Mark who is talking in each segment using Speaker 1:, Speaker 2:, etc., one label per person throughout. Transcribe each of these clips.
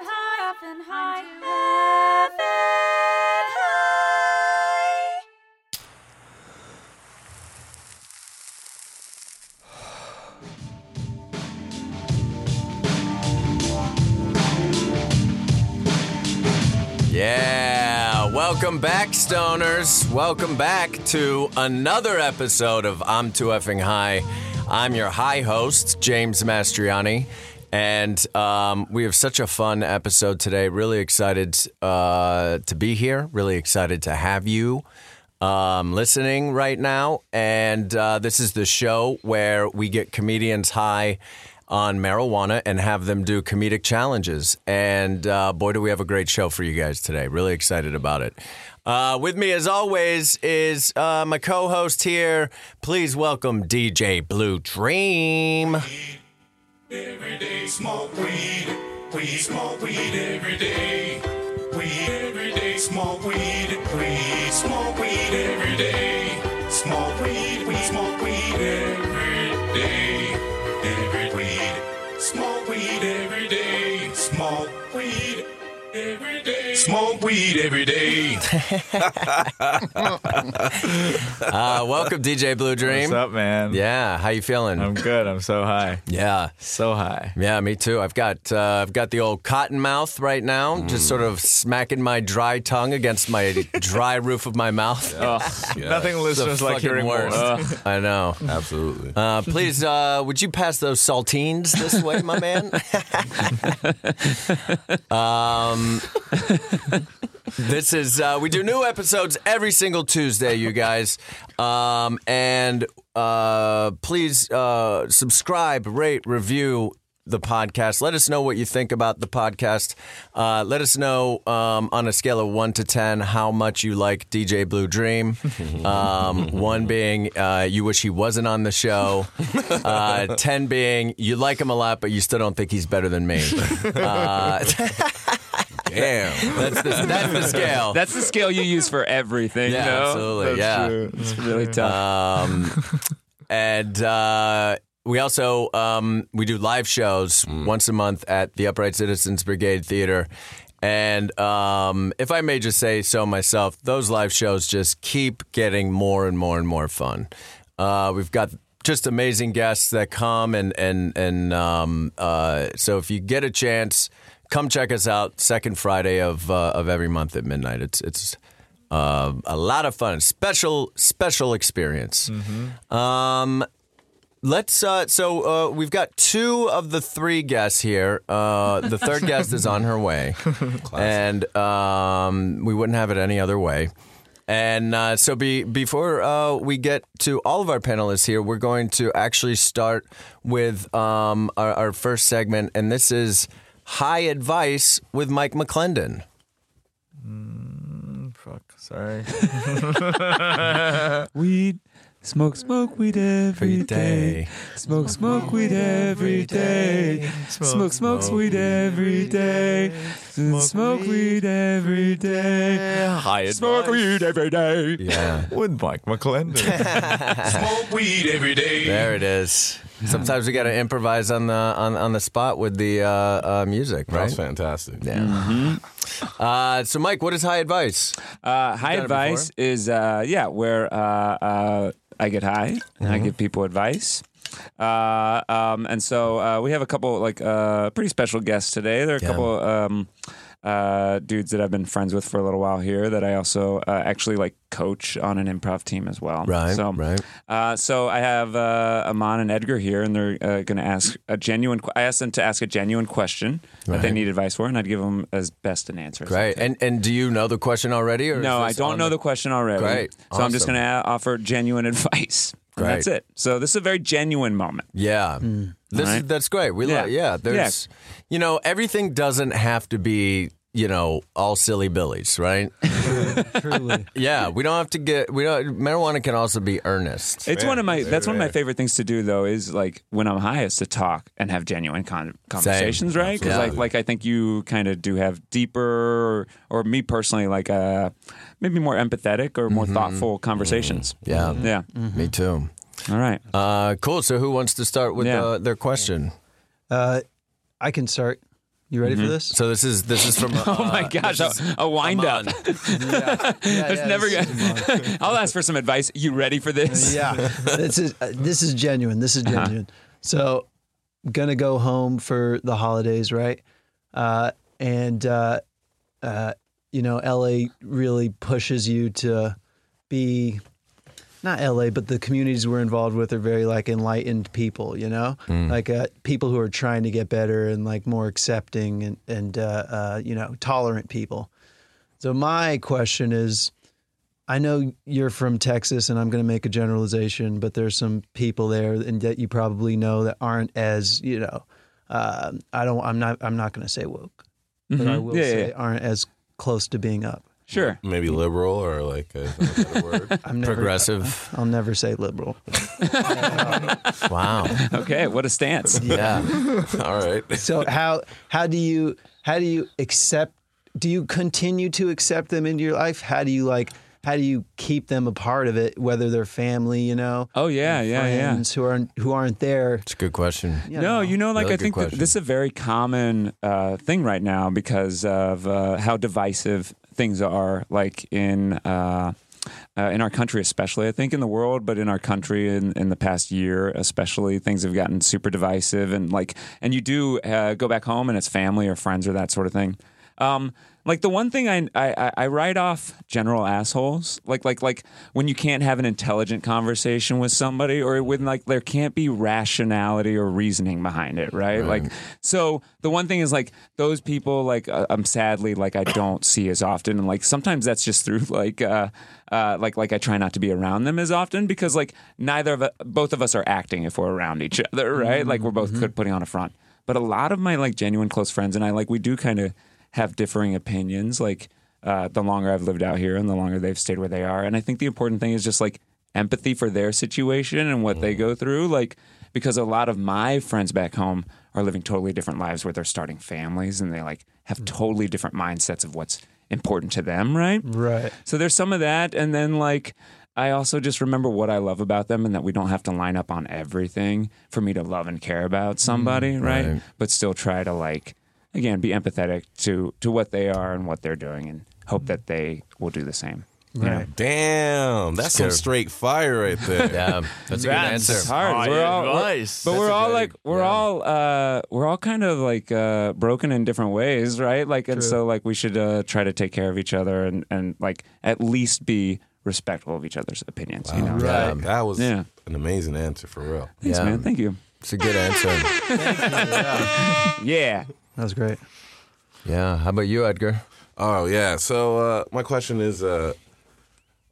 Speaker 1: Heaven high. Heaven high.
Speaker 2: Yeah, welcome back, stoners. Welcome back to another episode of I'm Too Effing High. I'm your high host, James Mastriani, and um, we have such a fun episode today. Really excited uh, to be here. Really excited to have you um, listening right now. And uh, this is the show where we get comedians high on marijuana and have them do comedic challenges. And uh, boy, do we have a great show for you guys today. Really excited about it. Uh, with me, as always, is uh, my co host here. Please welcome DJ Blue Dream.
Speaker 3: Every day smoke weed. We smoke weed every day. We every day smoke weed. We smoke weed every day. Smoke weed. We smoke weed every day. Every weed. Smoke weed every day. Smoke weed every day. Smoke weed every day.
Speaker 2: Uh, welcome, DJ Blue Dream.
Speaker 4: What's up, man?
Speaker 2: Yeah, how you feeling?
Speaker 4: I'm good. I'm so high.
Speaker 2: yeah.
Speaker 4: So high.
Speaker 2: Yeah, me too. I've got uh, I've got the old cotton mouth right now, just sort of smacking my dry tongue against my dry roof of my mouth.
Speaker 4: Ugh, Nothing
Speaker 2: It's the
Speaker 4: listeners like
Speaker 2: fucking
Speaker 4: hearing
Speaker 2: worst.
Speaker 4: more. Uh. Ugh.
Speaker 2: I know.
Speaker 5: Absolutely.
Speaker 2: Uh, please, uh, would you pass those saltines this way, my man? um, this is uh, we do new episodes every single Tuesday, you guys, um, and uh, please uh, subscribe, rate, review. The podcast. Let us know what you think about the podcast. Uh, let us know um, on a scale of one to ten how much you like DJ Blue Dream. Um, one being uh, you wish he wasn't on the show. Uh, ten being you like him a lot, but you still don't think he's better than me. Uh,
Speaker 5: Damn.
Speaker 2: that's the, that's the scale.
Speaker 6: That's the scale you use for everything.
Speaker 2: yeah,
Speaker 6: you know?
Speaker 2: absolutely.
Speaker 4: That's
Speaker 2: yeah.
Speaker 4: true.
Speaker 6: It's really tough.
Speaker 2: Um, and uh, we also um, we do live shows once a month at the Upright Citizens Brigade Theater. And um, if I may just say so myself, those live shows just keep getting more and more and more fun. Uh, we've got just amazing guests that come, and and and um, uh, so if you get a chance, come check us out. Second Friday of uh, of every month at midnight. It's it's uh, a lot of fun, special special experience. Um, let's. Uh, so uh, we've got two of the three guests here. Uh, the third guest is on her way, and um, we wouldn't have it any other way. And uh, so, be, before uh, we get to all of our panelists here, we're going to actually start with um, our, our first segment, and this is high advice with Mike McClendon.
Speaker 4: Fuck. Sorry.
Speaker 6: weed. Smoke, smoke weed every day. Smoke, smoke weed every day. Smoke, smoke weed every day. Smoke weed every day.
Speaker 4: High
Speaker 6: Smoke weed every day.
Speaker 2: Yeah.
Speaker 4: With Mike McClendon.
Speaker 3: Smoke weed every day.
Speaker 2: There it is. Sometimes we got to improvise on the on, on the spot with the uh, uh, music,
Speaker 5: That was
Speaker 2: right?
Speaker 5: fantastic.
Speaker 6: Mm-hmm.
Speaker 2: Uh, so, Mike, what is high advice?
Speaker 6: Uh, high
Speaker 2: done it
Speaker 6: advice is uh, yeah, where uh, uh, I get high and I
Speaker 2: Mm-hmm.
Speaker 6: give people advice. Uh, um, and so uh, we have a couple like uh, pretty special guests today. There are a couple um, uh, dudes that I've been friends with for a little while here that I also uh, actually like coach on an improv team as well.
Speaker 2: Right,
Speaker 6: So,
Speaker 2: right.
Speaker 6: uh, so I have uh, Amon and Edgar here, and they're uh, going to ask a genuine. que- I asked them to ask a genuine question that they
Speaker 2: Right.
Speaker 6: need advice for, and I'd give them as best an answer. as I
Speaker 2: Right, and and do you know the question already? Or is
Speaker 6: no, I
Speaker 2: this
Speaker 6: don't
Speaker 2: on
Speaker 6: know the question already.
Speaker 2: Great.
Speaker 6: So I'm just
Speaker 2: Awesome.
Speaker 6: going to offer genuine advice. And
Speaker 2: Great.
Speaker 6: That's it. So this is a very genuine moment.
Speaker 2: Yeah, this
Speaker 6: All right.
Speaker 2: that's great. We
Speaker 6: Mm. Yeah.
Speaker 2: love yeah. There's you know everything doesn't have to be you know all silly billies, right?
Speaker 7: Truly.
Speaker 2: yeah, we don't have to get we don't. Marijuana can also be earnest.
Speaker 6: It's one of my that's one of my
Speaker 5: right.
Speaker 6: favorite things to do though is like when I'm high is to talk and have genuine con- conversations, right? Because
Speaker 2: Absolutely.
Speaker 6: like like I think you kind of do have deeper or, or me personally like uh maybe more empathetic or more thoughtful conversations.
Speaker 2: Mm-hmm.
Speaker 6: Mm-hmm.
Speaker 2: Yeah. Uh,
Speaker 6: Yeah.
Speaker 2: Me too.
Speaker 6: All right.
Speaker 2: Uh, cool. So who wants to start with
Speaker 6: Yeah.
Speaker 2: uh, their question?
Speaker 7: Uh, I can start. You ready for this?
Speaker 2: So this is this is from.
Speaker 6: Oh my gosh, a, a wind up. That's never good. I'll ask for some advice. You ready for this?
Speaker 7: yeah, this is uh, this is genuine. This is genuine. So, gonna go home for the holidays, right? Uh, and uh, uh, you know, LA really pushes you to be not LA, but the communities we're involved with are very like enlightened people, you know,
Speaker 6: Mm.
Speaker 7: like uh, people who are trying to get better and like more accepting and and uh, uh, you know tolerant people. So my question is, I know you're from Texas, and I'm going to make a generalization, but there's some people there and that you probably know that aren't as you know. um I don't. I'm not. I'm not going to say woke, but I will
Speaker 6: Mm-hmm. Yeah, yeah,
Speaker 7: say
Speaker 6: yeah.
Speaker 7: aren't as close to being up.
Speaker 6: Sure.
Speaker 5: Maybe liberal or like a, is that a word.
Speaker 7: I'm never.
Speaker 2: Progressive.
Speaker 7: I'll never say liberal.
Speaker 2: Wow.
Speaker 6: Okay. What a stance.
Speaker 2: Yeah.
Speaker 5: All right.
Speaker 7: so how how do you how do you accept do you continue to accept them into your life how do you like how do you keep them a part of it whether they're family you know
Speaker 6: Oh yeah, yeah, yeah.
Speaker 7: friends who aren't who aren't there
Speaker 2: It's a good question.
Speaker 7: you
Speaker 6: no, you know, like
Speaker 2: Really
Speaker 6: I
Speaker 2: good
Speaker 6: think that
Speaker 2: question.
Speaker 6: this is a very common uh, thing right now because of uh, how divisive things are, like in uh, uh, in our country, especially. I think in the world, but in our country, in, in the past year, especially, things have gotten super divisive, and like, and you do uh, go back home, and it's family or friends or that sort of thing. Um, like the one thing I, I I write off general assholes. Like like like when you can't have an intelligent conversation with somebody, or when like there can't be rationality or reasoning behind it, right? Like so the one thing is like those people like uh, I'm sadly like I don't see as often, and like sometimes that's just through like uh, uh like like I try not to be around them as often because like neither of us, both of us are acting if we're around each other, right? Like we're both good putting on a front. But a lot of my like genuine close friends and I like we do kind of have differing opinions. Like uh, the longer I've lived out here and the longer they've stayed where they are, and I think the important thing is just like empathy for their situation and what they go through. Like because a lot of my friends back home are living totally different lives where they're starting families and they like have totally different mindsets of what's important to them, right?
Speaker 7: right
Speaker 6: So there's some of that, and then like I also just remember what I love about them, and that we don't have to line up on everything for me to love and care about somebody, right? But still try to like again be empathetic to to what they are and what they're doing, and hope that they will do the same.
Speaker 7: right
Speaker 5: Damn, that's some
Speaker 2: Scared.
Speaker 5: straight fire right there.
Speaker 2: Yeah. That's a good answer.
Speaker 6: hard. We're all- we're-
Speaker 4: advice.
Speaker 6: but we're all
Speaker 5: very-
Speaker 6: like we're all uh, we're all kind of like uh, broken in different ways, right? Like, and so like we should uh, try to take care of each other and and like at least be respectful of each other's opinions. You know,
Speaker 5: Yeah, that was
Speaker 6: Yeah.
Speaker 5: an amazing answer for real.
Speaker 6: Thanks,
Speaker 2: Yeah.
Speaker 6: man. Thank you.
Speaker 2: It's a good answer.
Speaker 6: Yeah.
Speaker 7: that was great
Speaker 2: Yeah. How about you, Edgar?
Speaker 5: Oh yeah. So uh, my question is, uh,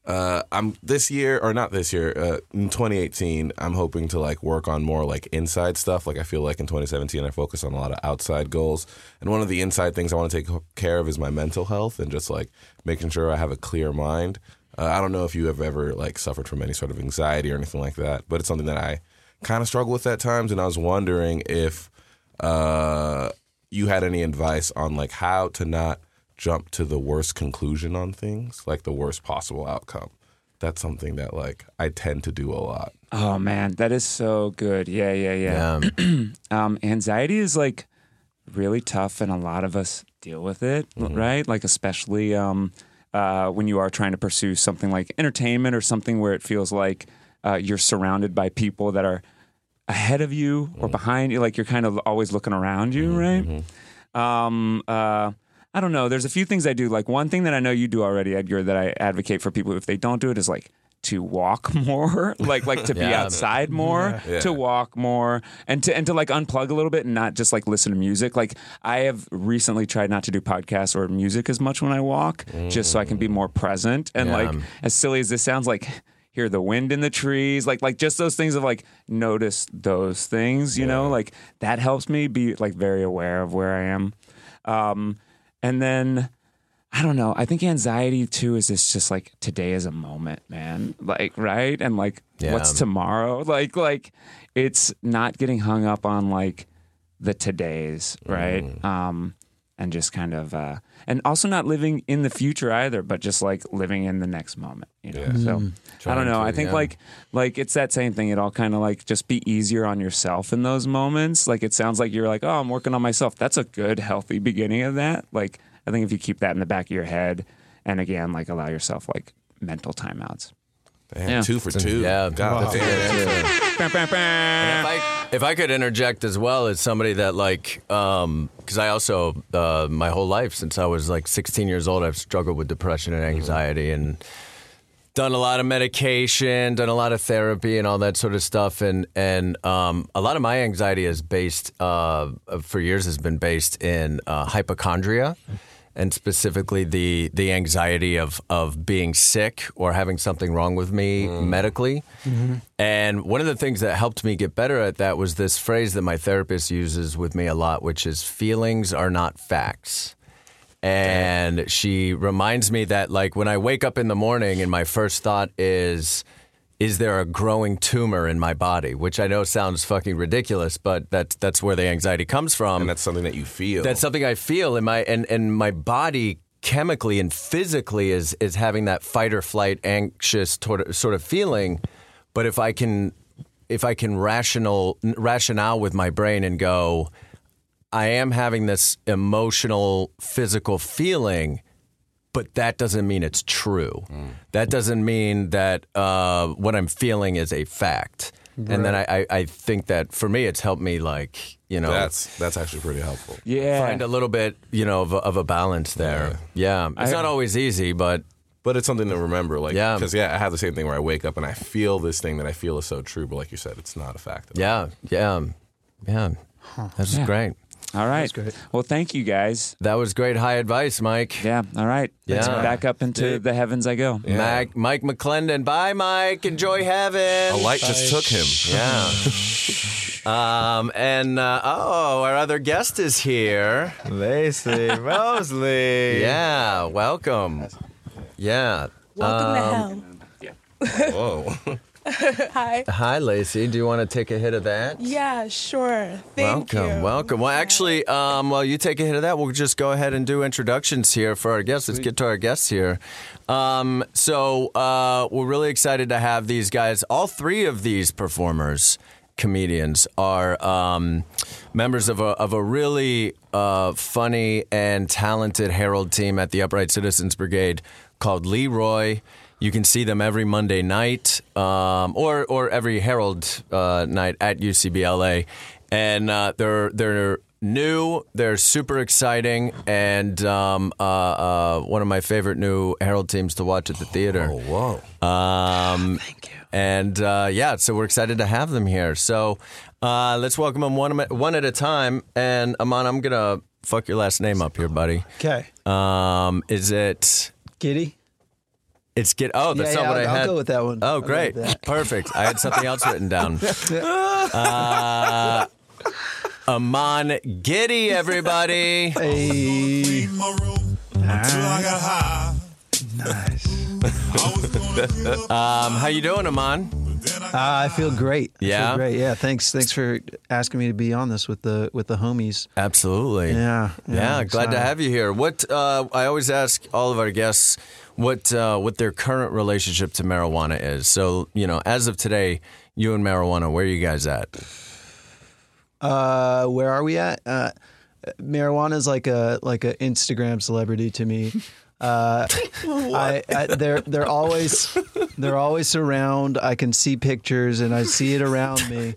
Speaker 5: uh, I'm this year or not this year? Uh, in 2018, I'm hoping to like work on more like inside stuff. Like I feel like in 2017, I focused on a lot of outside goals, and one of the inside things I want to take care of is my mental health and just like making sure I have a clear mind. Uh, I don't know if you have ever like suffered from any sort of anxiety or anything like that, but it's something that I kind of struggle with at times, and I was wondering if uh, you had any advice on like how to not jump to the worst conclusion on things, like the worst possible outcome. That's something that like I tend to do a lot.
Speaker 6: Oh man, that is so good. Yeah, yeah, yeah.
Speaker 2: Um,
Speaker 6: Um, anxiety is like really tough, and a lot of us deal with it, right? Like especially um, uh, when you are trying to pursue something like entertainment or something where it feels like uh, you're surrounded by people that are ahead of you or behind you. Like you're kind of always looking around you, right? um, uh, I don't know. There's a few things I do. Like one thing that I know you do already, Edgar, that I advocate for people if they don't do it is like to walk more, like like to be
Speaker 2: Yeah.
Speaker 6: outside more, to walk more, and to and to like unplug a little bit and not just like listen to music. Like I have recently tried not to do podcasts or music as much when I walk, just so I can be more present. And
Speaker 2: Yeah.
Speaker 6: like as silly as this sounds, like hear the wind in the trees, like like just those things of like notice those things, you know, like that helps me be like very aware of where I am. Um, and then I don't know. I think anxiety too is this just like today is a moment, man. Like right and like
Speaker 2: Yeah.
Speaker 6: what's tomorrow? Like like it's not getting hung up on like the todays, right? Um, and just kind of uh, and also not living in the future either, but just like living in the next moment. You know, so I don't know. I think like like it's that same thing. It all kind of like just be easier on yourself in those moments. Like it sounds like you're like, oh, I'm working on myself. That's a good, healthy beginning of that. Like I think if you keep that in the back of your head, and again, like allow yourself like mental timeouts.
Speaker 5: Damn,
Speaker 6: Yeah.
Speaker 5: Two for two.
Speaker 2: Yeah.
Speaker 5: God, that's a good answer.
Speaker 6: Bam, bam, bam.
Speaker 2: If I, if I could interject as well as somebody that like, because I also uh, my whole life since I was like 16 years old, I've struggled with depression and anxiety and done a lot of medication, done a lot of therapy and all that sort of stuff. And and um, a lot of my anxiety is based uh, for years has been based in uh, hypochondria. And specifically, the the anxiety of of being sick or having something wrong with me medically, and one of the things that helped me get better at that was this phrase that my therapist uses with me a lot, which is feelings are not facts. And she reminds me that, like, when I wake up in the morning and my first thought is, is there a growing tumor in my body? Which I know sounds fucking ridiculous, but that's, that's where the anxiety comes from.
Speaker 5: And that's something that you feel.
Speaker 2: That's something I feel in my and and my body chemically and physically is is having that fight or flight anxious tort- sort of feeling. But if I can if I can rational rationale with my brain and go, I am having this emotional physical feeling but that doesn't mean it's true.
Speaker 5: Mm.
Speaker 2: That doesn't mean that uh, what I'm feeling is a fact. And then I, I, I think that for me, it's helped me, like, you know,
Speaker 5: that's that's actually pretty helpful.
Speaker 6: yeah.
Speaker 2: find a little bit, you know, of, a- of a balance there. Yeah. It's not always easy, but
Speaker 5: But it's something to remember, like,
Speaker 2: Yeah.
Speaker 5: because yeah. I have the same thing where I wake up and I feel this thing that I feel is so true, but like you said, it's not a fact.
Speaker 2: yeah, yeah, yeah. This is
Speaker 6: Yeah.
Speaker 2: great.
Speaker 6: All right. Well, thank you guys.
Speaker 2: That was great high advice, Mike.
Speaker 6: Yeah. All right. Let's
Speaker 2: Yeah.
Speaker 6: back up into the heavens I go.
Speaker 2: Mike, Mike McClendon. Bye, Mike. Enjoy heaven.
Speaker 5: A light just took him.
Speaker 2: Yeah. um, and uh, oh, our other guest is here.
Speaker 4: Lacey Mosley.
Speaker 2: Yeah, welcome. Yeah.
Speaker 1: Welcome
Speaker 2: Um,
Speaker 1: to
Speaker 5: Whoa.
Speaker 1: hell. Hi.
Speaker 2: Hi, Lacey. Do you want to take a hit of that?
Speaker 1: Yeah, sure. Thank
Speaker 2: welcome,
Speaker 1: you.
Speaker 2: welcome. Well, actually, um, while you take a hit of that, we'll just go ahead and do introductions here for our guests. Let's get to our guests here. Um, so uh, we're really excited to have these guys. All three of these performers, comedians, are um, members of a of a really uh, funny and talented Herald team at the Upright Citizens Brigade called Leroy. You can see them every Monday night, um, or or every Herald uh, night at UCBLA, and uh, they're they're new. They're super exciting, and um, uh, uh, one of my favorite new Herald teams to watch at the theater.
Speaker 7: Oh,
Speaker 5: Whoa.
Speaker 2: Um, Thank you. And uh, yeah, so we're excited to have them here. So uh, let's welcome them one one at a time. And Aman, I'm gonna fuck your last name up here, buddy.
Speaker 7: Okay.
Speaker 2: Um, is it?
Speaker 7: Kitty.
Speaker 2: It's get. Oh, that's
Speaker 7: yeah,
Speaker 2: not
Speaker 7: yeah,
Speaker 2: what
Speaker 7: I'll,
Speaker 2: I had.
Speaker 7: I'll go with that one.
Speaker 2: Oh, great.
Speaker 7: I'll go with that.
Speaker 2: Perfect. I had something else written down. Uh, Amon Giddy, everybody.
Speaker 7: Hey.
Speaker 3: in my room until I got high. Nice. I was gonna give up,
Speaker 2: Um, how you doing, Amon?
Speaker 3: then I
Speaker 7: Uh, I feel great. I feel
Speaker 2: Yeah?
Speaker 7: great. Yeah. Thanks. Thanks for asking me to be on this with the with the homies.
Speaker 2: Absolutely.
Speaker 7: Yeah.
Speaker 2: Yeah, glad to
Speaker 7: I'm excited.
Speaker 2: have you here. What uh, I always ask all of our guests what uh, what their current relationship to marijuana is. So you know, as of today, you and marijuana, where are you guys at?
Speaker 7: Uh, where are we at? Uh, marijuana is like a like a Instagram celebrity to me. Uh, I, I they're they're always they're always around. I can see pictures and I see it around me,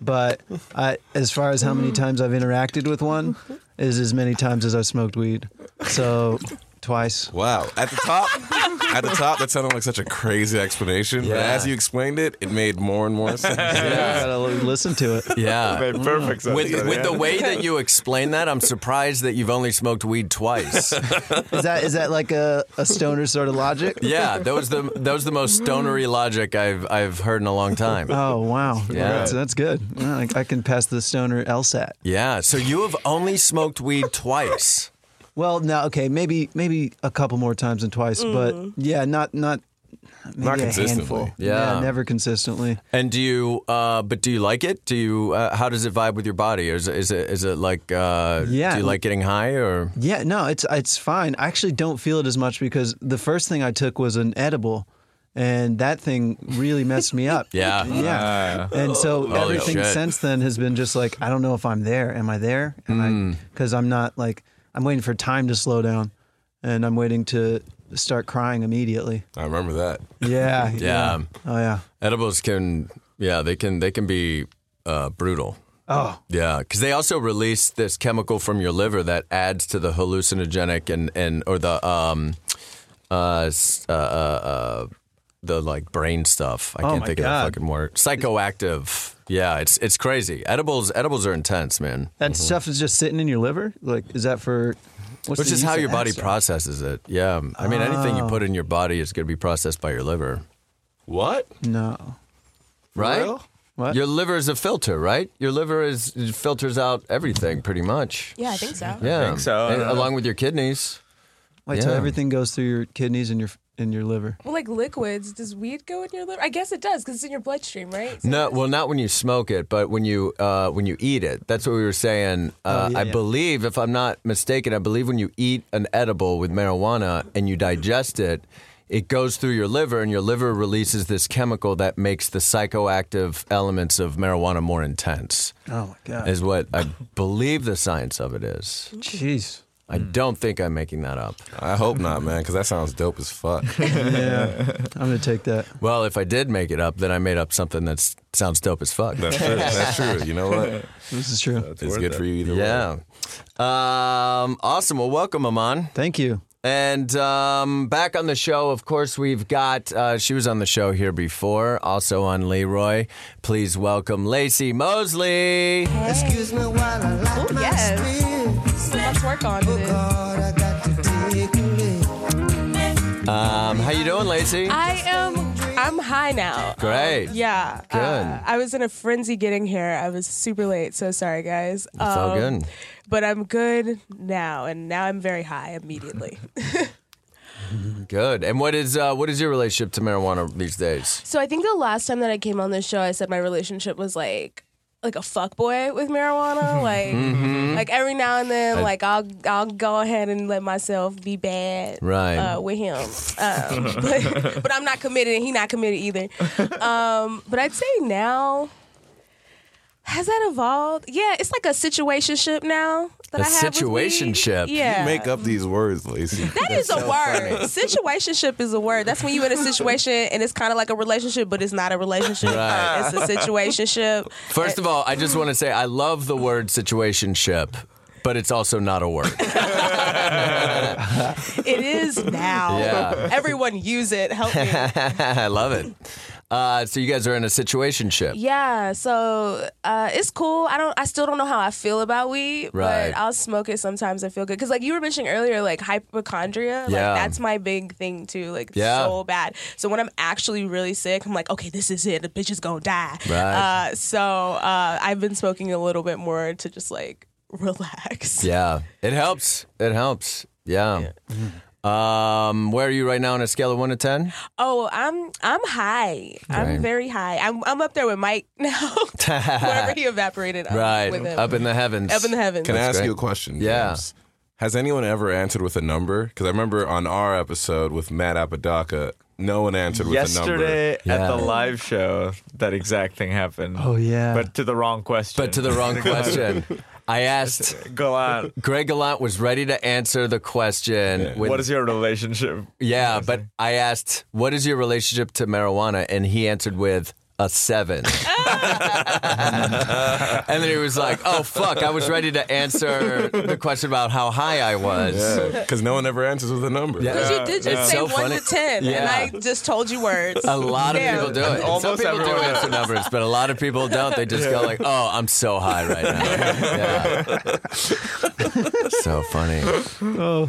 Speaker 7: but I, as far as how many times I've interacted with one, is as many times as I've smoked weed. So twice.
Speaker 5: Wow. At the top, at the top, that sounded like such a crazy explanation. But
Speaker 2: Yeah.
Speaker 5: as you explained it, it made more and more sense.
Speaker 7: Yeah. gotta listen to it.
Speaker 2: Yeah.
Speaker 4: Made perfect sense.
Speaker 2: With,
Speaker 4: yeah.
Speaker 2: with the way that you explain that, I'm surprised that you've only smoked weed twice.
Speaker 7: Is that is that like a, a stoner sort of logic?
Speaker 2: Yeah, that was the that was the most stonery logic I've I've heard in a long time.
Speaker 7: Oh wow.
Speaker 2: Yeah.
Speaker 7: That's, that's good. Yeah, I, I can pass the stoner LSAT.
Speaker 2: Yeah, so you have only smoked weed twice.
Speaker 7: Well, no, okay, maybe maybe a couple more times than twice, but yeah, not not maybe
Speaker 5: Not
Speaker 7: a
Speaker 5: consistently.
Speaker 7: handful.
Speaker 2: Yeah.
Speaker 7: never consistently.
Speaker 2: And do you? Uh, but do you like it? Do you? Uh, how does it vibe with your body? Or is it, is it, is it like? Uh,
Speaker 7: Yeah.
Speaker 2: Do you like getting high or?
Speaker 7: Yeah, no, it's it's fine. I actually don't feel it as much because the first thing I took was an edible, and that thing really messed me up.
Speaker 2: Yeah.
Speaker 7: yeah. and so
Speaker 2: Holy
Speaker 7: everything
Speaker 2: shit.
Speaker 7: since then has been just like I don't know if I'm there. Am I there? Am I? Because I'm not like I'm waiting for time to slow down, and I'm waiting to start crying immediately.
Speaker 5: I remember that.
Speaker 7: Yeah.
Speaker 2: Yeah.
Speaker 7: Oh yeah.
Speaker 2: Edibles can. Yeah, they can. They can be uh, brutal.
Speaker 7: Oh
Speaker 2: Yeah, because they also release this chemical from your liver that adds to the hallucinogenic and and or the um uh s- uh uh. uh the like brain stuff. I can't
Speaker 7: Oh my
Speaker 2: think of
Speaker 7: God.
Speaker 2: the fucking word. Psychoactive. Yeah, it's it's crazy. Edibles edibles are intense, man.
Speaker 7: That stuff is just sitting in your liver? Like, is that for. What's
Speaker 2: Which
Speaker 7: the Oh.
Speaker 2: is
Speaker 7: use
Speaker 2: how
Speaker 7: of
Speaker 2: your
Speaker 7: that
Speaker 2: body
Speaker 7: stuff?
Speaker 2: processes it. Yeah. I mean, anything you put in your body is going to be processed by your liver,
Speaker 5: What?
Speaker 7: No.
Speaker 2: right?
Speaker 5: real?
Speaker 7: What?
Speaker 2: Your liver is a filter, right? Your liver is it filters out everything pretty much.
Speaker 1: Yeah, I think so.
Speaker 2: Yeah.
Speaker 4: think so.
Speaker 2: And along with your kidneys.
Speaker 7: Wait till
Speaker 2: Yeah.
Speaker 7: everything goes through your kidneys and your in your liver.
Speaker 1: Well, like liquids, does weed go in your liver? I guess it does because it's in your bloodstream, right? So-
Speaker 2: No, well, not when you smoke it, but when you uh, when you eat it. That's what we were saying. Uh,
Speaker 7: Oh, yeah,
Speaker 2: I
Speaker 7: yeah.
Speaker 2: believe, if I'm not mistaken, I believe when you eat an edible with marijuana and you digest it, it goes through your liver, and your liver releases this chemical that makes the psychoactive elements of marijuana more intense.
Speaker 7: Oh my god.
Speaker 2: Is what I believe the science of it is.
Speaker 7: Jeez.
Speaker 2: I don't think I'm making that up.
Speaker 5: Hmm. I hope not, man, because that sounds dope as fuck.
Speaker 7: Yeah. I'm gonna take that.
Speaker 2: Well, if I did make it up, then I made up something that sounds dope as fuck.
Speaker 5: That's true. That's true. You know what?
Speaker 7: This is true.
Speaker 5: it's
Speaker 4: worth
Speaker 5: good
Speaker 4: it.
Speaker 5: for you either way.
Speaker 2: Yeah. Um, awesome. Well, welcome, Aman.
Speaker 7: Thank you.
Speaker 2: And um, back on the show, of course, we've got, uh, she was on the show here before, also on Leroy. Please welcome Lacey Mosley.
Speaker 8: Excuse me while I light
Speaker 1: Ooh,
Speaker 8: my
Speaker 1: Oh, yes.
Speaker 8: spirit.
Speaker 1: So let's work on this.
Speaker 8: God, I got to take a lick.
Speaker 2: Um, how you doing, Lacey?
Speaker 1: I am. I'm high now.
Speaker 2: Great.
Speaker 1: Yeah. Good.
Speaker 2: Good.
Speaker 1: I was in a frenzy getting here. I was super late, so sorry, guys. It's
Speaker 2: all good.
Speaker 1: But I'm good now, and now I'm very high immediately.
Speaker 2: Good. And what is uh, what is your relationship to marijuana these days?
Speaker 1: so I think the last time that I came on this show, I said my relationship was like like a fuck boy with marijuana.
Speaker 2: Mm-hmm.
Speaker 1: Like like every now and then, like I'll I'll go ahead and let myself be bad.
Speaker 2: Right.
Speaker 1: Uh, with him, um, but, but I'm not committed, and he not committed either. Um, but I'd say now, has that evolved? Yeah, it's like a situationship now that
Speaker 2: A
Speaker 1: I have. with weed.
Speaker 2: situationship. You
Speaker 1: Yeah,
Speaker 5: Make up these words, Lacey.
Speaker 1: that is a word. Situationship is a word. That's when you in a situation and it's kind of like a relationship, but it's not a relationship.
Speaker 2: Right.
Speaker 1: It's a situationship.
Speaker 2: First of all, I just want to say I love the word situationship, but it's also not a word.
Speaker 1: It is now.
Speaker 2: Yeah.
Speaker 1: Everyone use it. Help me.
Speaker 2: I love it. Uh, so you guys are in a situationship.
Speaker 1: Yeah, so uh, it's cool. I don't. I still don't know how I feel about weed,
Speaker 2: Right.
Speaker 1: but I'll smoke it sometimes. I feel good because, like you were mentioning earlier, like hypochondria.
Speaker 2: Yeah.
Speaker 1: like, that's my big thing too. Like
Speaker 2: Yeah.
Speaker 1: so bad. So when I'm actually really sick, I'm like, okay, this is it. The bitch is gonna die.
Speaker 2: Right.
Speaker 1: Uh, so uh, I've been smoking a little bit more to just like relax.
Speaker 2: Yeah, it helps. It helps. Yeah. Um, where are you right now on a scale of one to ten?
Speaker 1: Oh, I'm I'm high.
Speaker 2: Right.
Speaker 1: I'm very high. I'm I'm up there with Mike now. Whenever he evaporated, I'm
Speaker 2: Right,
Speaker 1: with him.
Speaker 2: up in the heavens.
Speaker 1: Up in the heavens.
Speaker 5: Can I ask
Speaker 2: great.
Speaker 5: you a question?
Speaker 2: Yeah.
Speaker 5: James? Has anyone ever answered with a number? Because I remember on our episode with Matt Apodaca, Uh, no one answered with
Speaker 4: Yesterday
Speaker 2: Yeah.
Speaker 4: at the live show, that exact thing happened.
Speaker 7: Oh, yeah.
Speaker 4: But to the wrong question.
Speaker 2: But to the wrong question. I asked.
Speaker 4: Go on.
Speaker 2: Greg Gallant was ready to answer the question. with-
Speaker 4: What is your relationship?
Speaker 2: yeah, but I asked, "What is your relationship to marijuana?" And he answered with a seven. and then he was like, "Oh fuck!" I was ready to answer the question about how high I was.
Speaker 5: number. Because no one ever answers with a number.
Speaker 1: Because you did just
Speaker 2: It's
Speaker 1: say
Speaker 2: so
Speaker 1: one
Speaker 2: funny.
Speaker 1: to ten,
Speaker 2: Yeah. Uh,
Speaker 1: and I just told you words.
Speaker 2: A lot of
Speaker 1: Yeah.
Speaker 2: people do it.
Speaker 4: Almost
Speaker 2: Some people do
Speaker 4: everyone does.
Speaker 2: answer numbers, but a lot of people don't. They just go like, "Oh, I'm so high right now." Yeah. so funny.
Speaker 4: Oh.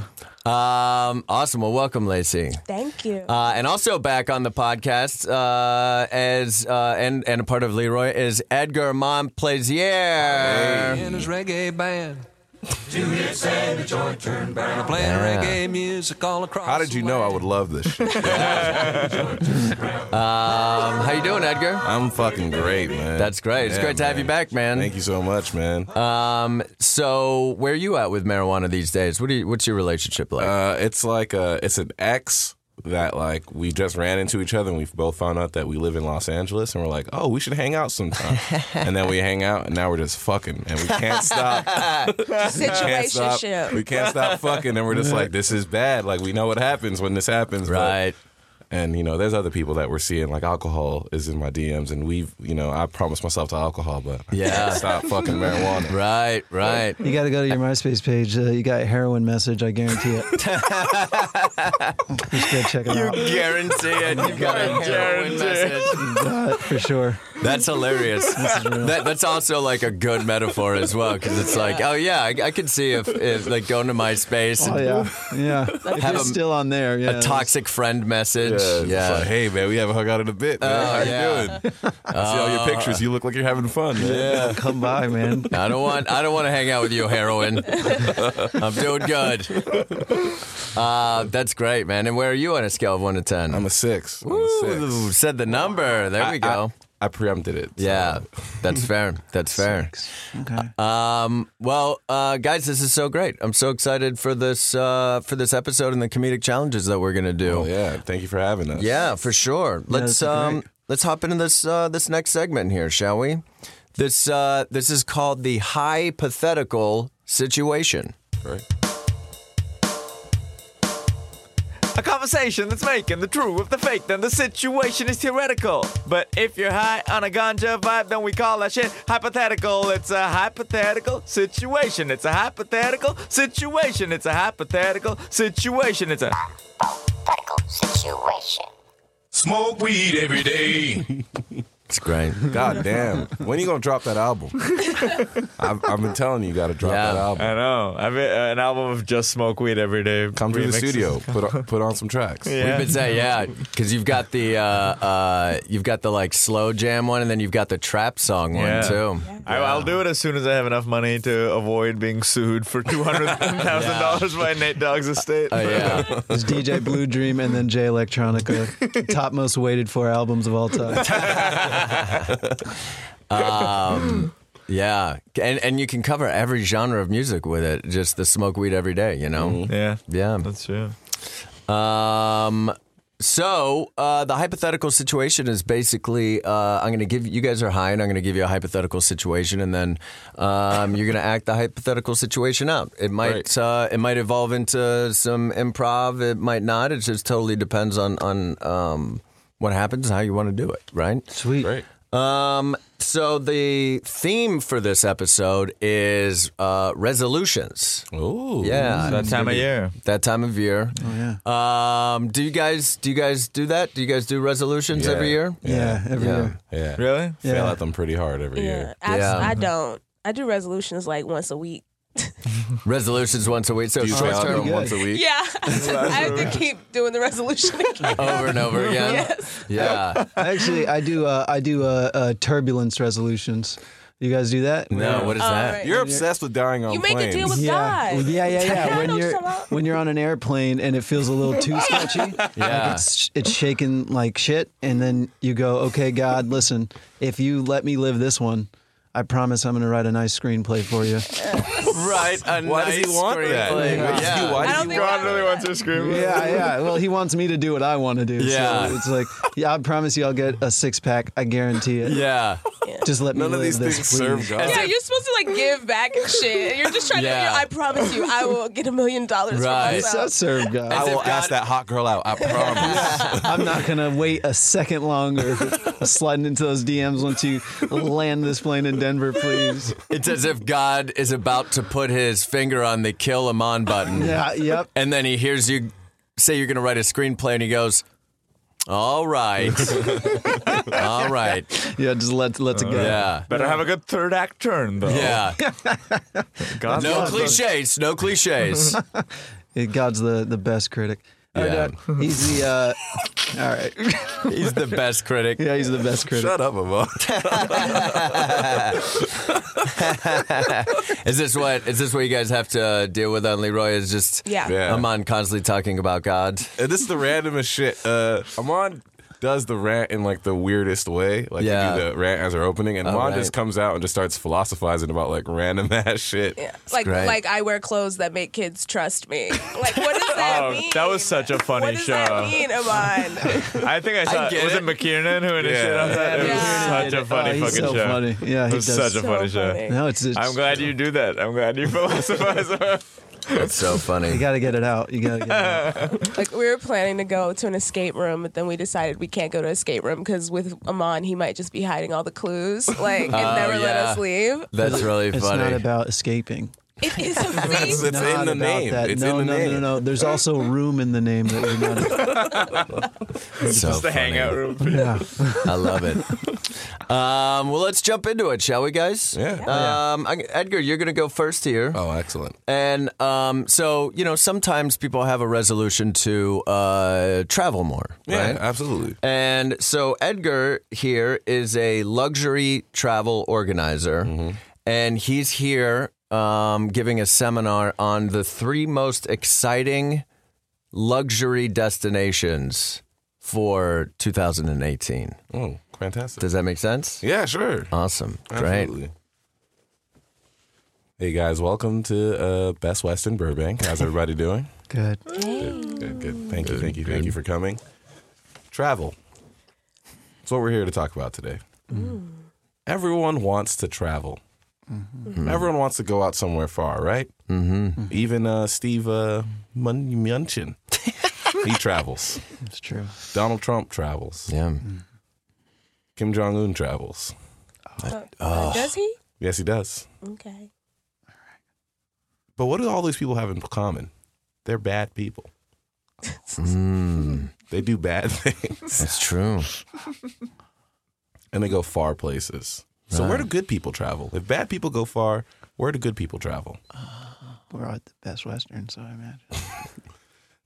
Speaker 2: Um, awesome. Well, welcome, Lacey.
Speaker 1: Thank you.
Speaker 2: Uh, and also back on the podcast uh, as uh, and and a part of Leroy is Edgar Montplaisir.
Speaker 9: in his reggae band. Playing
Speaker 2: Yeah.
Speaker 9: reggae music all across.
Speaker 5: How did you
Speaker 9: the
Speaker 5: know I
Speaker 9: way.
Speaker 5: would love this shit?
Speaker 2: Um, how you doing, Edgar?
Speaker 5: I'm fucking great, man.
Speaker 2: That's great. It's
Speaker 5: Yeah,
Speaker 2: great to have
Speaker 5: man.
Speaker 2: you back, man.
Speaker 5: Thank you so much, man.
Speaker 2: Um, so where are you at with marijuana these days? What do you, what's your relationship like?
Speaker 5: Uh, it's like a, it's an ex that like we just ran into each other and we both found out that we live in Los Angeles and we're like, oh, we should hang out sometime. and then we hang out and now we're just fucking and we can't stop. can't stop.
Speaker 1: Situationship.
Speaker 5: We can't stop fucking and we're just like, this is bad. Like we know what happens when this happens. but-
Speaker 2: right.
Speaker 5: and you know, there's other people that we're seeing like alcohol is in my DMs and we've you know, I promised myself to alcohol, but I
Speaker 2: Yeah.
Speaker 5: can't stop fucking marijuana.
Speaker 2: Right, right.
Speaker 7: You got to go to your MySpace page. Uh, you got a heroin message. I guarantee it. Just go check it out.
Speaker 2: Guarantee it. You got a heroin message.
Speaker 7: Uh, for sure.
Speaker 2: That's hilarious. That, that's also like a good metaphor as well because it's like, oh yeah, I, I can see if, if like going to MySpace,
Speaker 7: Oh yeah, yeah. If
Speaker 2: Have
Speaker 7: you're
Speaker 2: a-
Speaker 7: still on there, yeah.
Speaker 2: a toxic friend message.
Speaker 5: Yeah. It's
Speaker 2: Yeah.
Speaker 5: like, hey man, we haven't hung out in a bit. Man.
Speaker 2: Oh,
Speaker 5: How you
Speaker 2: yeah. Uh,
Speaker 5: doing? I see all your pictures. You look like you're having fun. Man. Yeah.
Speaker 7: Come by, man.
Speaker 2: I don't want I don't want to hang out with you, heroin. I'm doing good. Uh, that's great, man. And where are you on a scale of one to ten?
Speaker 5: I'm a six. I'm a
Speaker 2: Ooh,
Speaker 5: six.
Speaker 2: said the number. There we go.
Speaker 5: I, I preempted it. so-
Speaker 2: yeah, that's fair. That's fair.
Speaker 7: Okay.
Speaker 2: Um, well, uh, guys, this is so great. I'm so excited for this uh, for this episode and the comedic challenges that we're gonna do.
Speaker 5: Oh, yeah. Thank you for having us.
Speaker 2: Yeah, for sure. Let's
Speaker 7: that'd be
Speaker 2: um
Speaker 7: great.
Speaker 2: let's hop into this uh, this next segment here, shall we? This uh, this is called the hypothetical situation.
Speaker 5: Right.
Speaker 4: A conversation that's making the true of the fake, then the situation is theoretical. But if you're high on a ganja vibe, then we call that shit hypothetical. It's a hypothetical situation. It's a hypothetical situation. It's a hypothetical situation. It's a.
Speaker 3: Smoke weed every day.
Speaker 2: It's great.
Speaker 5: God damn. When you going to drop that album? I've, I've been telling you, you got to drop
Speaker 2: Yeah.
Speaker 5: that album.
Speaker 4: I know. I mean, uh, an album of just smoke weed every day.
Speaker 5: Come to the
Speaker 4: remixes.
Speaker 5: studio. Put on, put on some tracks.
Speaker 4: Yeah.
Speaker 2: But say yeah, because you've got the uh, uh, you've got the like slow jam one, and then you've got the trap song one
Speaker 4: Yeah.
Speaker 2: too.
Speaker 4: I, I'll do it as soon as I have enough money to avoid being sued for two hundred thousand dollars by Nate Dogg's estate.
Speaker 2: Oh yeah,
Speaker 7: It's DJ Blue Dream and then J Electronica, top most waited for albums of all time.
Speaker 2: yeah, and and you can cover every genre of music with it. Just the smoke weed every day, you know.
Speaker 4: yeah,
Speaker 2: Yeah.
Speaker 4: Mm-hmm. that's true.
Speaker 2: Um, so uh, the hypothetical situation is basically uh, I'm going to give you guys are high, and I'm going to give you a hypothetical situation, and then um, you're going to act the hypothetical situation out. It might
Speaker 5: Right.
Speaker 2: uh, it might evolve into some improv. It might not. It just totally depends on on um, what happens, and how you want to do it. Right.
Speaker 7: Sweet.
Speaker 5: Right.
Speaker 2: Um, so the theme for this episode is uh, resolutions.
Speaker 5: Ooh.
Speaker 2: Yeah,
Speaker 4: That time of year.
Speaker 2: that time of year.
Speaker 7: Yeah.
Speaker 2: Um, do you guys do you guys do that? Do you guys do resolutions
Speaker 5: Yeah.
Speaker 2: every year?
Speaker 7: Yeah. Every
Speaker 2: Yeah.
Speaker 7: year.
Speaker 5: Yeah.
Speaker 4: Really?
Speaker 5: Fail
Speaker 7: Yeah.
Speaker 5: at them pretty hard every year.
Speaker 1: I,
Speaker 2: Yeah.
Speaker 1: I don't. I do resolutions like once a week.
Speaker 2: Resolutions once a week, so
Speaker 5: Do you
Speaker 2: short
Speaker 5: fail at
Speaker 2: term,
Speaker 5: them once a week?
Speaker 1: Yeah, I have to keep doing the resolution again.
Speaker 2: over and over again. Yeah,
Speaker 7: Actually, I do. Uh, I do uh, uh, turbulence resolutions. You guys do that?
Speaker 2: no, what is
Speaker 1: All
Speaker 2: that?
Speaker 1: Oh, right.
Speaker 5: You're obsessed with dying on
Speaker 1: You make
Speaker 5: planes.
Speaker 1: a deal with
Speaker 7: Yeah.
Speaker 1: God.
Speaker 7: yeah, yeah, yeah.
Speaker 1: I know
Speaker 7: When
Speaker 1: what
Speaker 7: you're
Speaker 1: you're talking about.
Speaker 7: when you're on an airplane and it feels a little too sketchy,
Speaker 2: Yeah.
Speaker 7: like it's it's shaking like shit, and then you go, okay, God, listen, if you let me live this one, I promise I'm gonna write a nice screenplay for you.
Speaker 2: Right, a
Speaker 5: Why does he want that?
Speaker 2: screenplay.
Speaker 5: Why does he-
Speaker 2: Yeah.
Speaker 5: why
Speaker 1: I
Speaker 5: does
Speaker 1: don't
Speaker 5: he
Speaker 1: think
Speaker 4: God
Speaker 1: I,
Speaker 4: really wants to scream.
Speaker 7: Yeah, yeah. Well, he wants me to do what I want to do.
Speaker 2: Yeah.
Speaker 7: So it's like, yeah, I promise you, I'll get a six pack. I guarantee it.
Speaker 2: yeah,
Speaker 7: Just let me
Speaker 5: None
Speaker 7: live
Speaker 5: of these
Speaker 7: this,
Speaker 5: things
Speaker 7: please.
Speaker 5: serve God.
Speaker 1: yeah, you're supposed to like give back and shit. You're just trying
Speaker 2: Yeah.
Speaker 1: to. you I promise you, I will get a million dollars. for
Speaker 2: Right.
Speaker 7: It
Speaker 1: myself.
Speaker 7: does serve God.
Speaker 5: I
Speaker 2: As if
Speaker 5: will ask
Speaker 2: God-
Speaker 5: that hot girl out. I promise.
Speaker 7: I'm not gonna wait a second longer. sliding into those DMs once you land this plane in Denver, please.
Speaker 2: it's as if God is about to put his finger on the kill Amon button,
Speaker 7: Yeah, yep.
Speaker 2: and then he hears you say you're going to write a screenplay, and he goes, "All right, all right,
Speaker 7: Yeah, just let let it go.
Speaker 2: yeah."
Speaker 4: Better have a good third act turn though.
Speaker 2: Uh, Yeah,
Speaker 4: God
Speaker 2: no
Speaker 4: loves us.
Speaker 2: cliches, no cliches.
Speaker 7: God's the the best critic.
Speaker 2: Yeah.
Speaker 7: He's the. Uh, all right.
Speaker 2: He's the best critic.
Speaker 7: Yeah, he's the best critic.
Speaker 5: Shut up, Amon.
Speaker 2: Is this what is this what you guys have to uh, deal with on Leroy? Is just
Speaker 1: Yeah.
Speaker 5: Yeah.
Speaker 2: I'm on constantly talking about God.
Speaker 5: And this is the randomest shit. Uh, Amon does the rant in like the weirdest way. Like
Speaker 2: Yeah.
Speaker 5: you do the rant as her opening, and
Speaker 2: Oh,
Speaker 5: Amon
Speaker 2: right.
Speaker 5: just comes out and just starts philosophizing about like random ass shit.
Speaker 1: Yeah. Like
Speaker 2: great.
Speaker 1: like I wear clothes that make kids trust me. Like what does that
Speaker 4: Oh,
Speaker 1: mean?
Speaker 4: that was such a funny
Speaker 1: what does
Speaker 4: show.
Speaker 1: that mean, Amon?
Speaker 4: I think I saw.
Speaker 2: get
Speaker 4: was it
Speaker 2: it.
Speaker 4: McKiernan who initiated
Speaker 5: Yeah.
Speaker 4: on that? It was
Speaker 1: Yeah.
Speaker 4: such a funny
Speaker 7: oh, he's
Speaker 4: fucking
Speaker 7: so
Speaker 4: show.
Speaker 7: funny. Yeah,
Speaker 4: It
Speaker 7: he
Speaker 4: was
Speaker 7: does.
Speaker 4: such a
Speaker 1: So
Speaker 4: funny show.
Speaker 1: funny.
Speaker 7: no, it's, it's
Speaker 4: I'm glad you do that. I'm glad you philosophize. about-
Speaker 2: That's so
Speaker 7: You
Speaker 2: funny.
Speaker 7: got to get it out. You got to get it out.
Speaker 1: like we were planning to go to an escape room, but then we decided we can't go to escape room because with Amon he might just be hiding all the clues, like and never let
Speaker 2: Oh, yeah.
Speaker 1: us leave.
Speaker 2: That's really
Speaker 7: It's
Speaker 2: funny.
Speaker 7: not about escaping.
Speaker 1: It is amazing.
Speaker 5: It's
Speaker 7: Not
Speaker 5: in the
Speaker 7: about
Speaker 5: name.
Speaker 7: That.
Speaker 5: It's
Speaker 7: no,
Speaker 5: in the
Speaker 7: no,
Speaker 5: name.
Speaker 7: no, no, no. There's also room in the name that we're not.
Speaker 2: so
Speaker 4: It's the
Speaker 2: funny.
Speaker 4: hangout room.
Speaker 7: Yeah.
Speaker 2: I love it. Um, well, let's jump into it, shall we, guys?
Speaker 5: Yeah.
Speaker 2: Um, I, Edgar, you're going to go first here.
Speaker 5: Oh, excellent.
Speaker 2: And um, so, you know, sometimes people have a resolution to uh, travel more,
Speaker 5: Yeah,
Speaker 2: right?
Speaker 5: absolutely.
Speaker 2: And so Edgar here is a luxury travel organizer,
Speaker 5: Mm-hmm.
Speaker 2: and he's here um, giving a seminar on the three most exciting luxury destinations for 2018.
Speaker 5: Oh, fantastic.
Speaker 2: Does that make sense?
Speaker 5: yeah, sure.
Speaker 2: Awesome. Great.
Speaker 5: Absolutely. Hey guys, welcome to uh, Best Western Burbank. How's everybody doing?
Speaker 7: Good.
Speaker 5: Good, good. Thank you, thank you, thank you for coming. Travel. That's what we're here to talk about today. Mm. Everyone wants to travel. Mm-hmm. Everyone wants to go out somewhere far, right? Mm-hmm. Even uh, Steve uh, Mun- Munchin, he travels.
Speaker 7: It's true.
Speaker 5: Donald Trump travels.
Speaker 2: Yeah.
Speaker 5: Kim Jong Un travels.
Speaker 1: Uh, Does he?
Speaker 5: Yes, he does.
Speaker 1: Okay.
Speaker 5: But what do all these people have in common? They're bad people. They do bad things.
Speaker 2: That's true.
Speaker 5: and they go far places. So where do good people travel? If bad people go far, where do good people travel?
Speaker 7: We're at the best Western, so I imagine.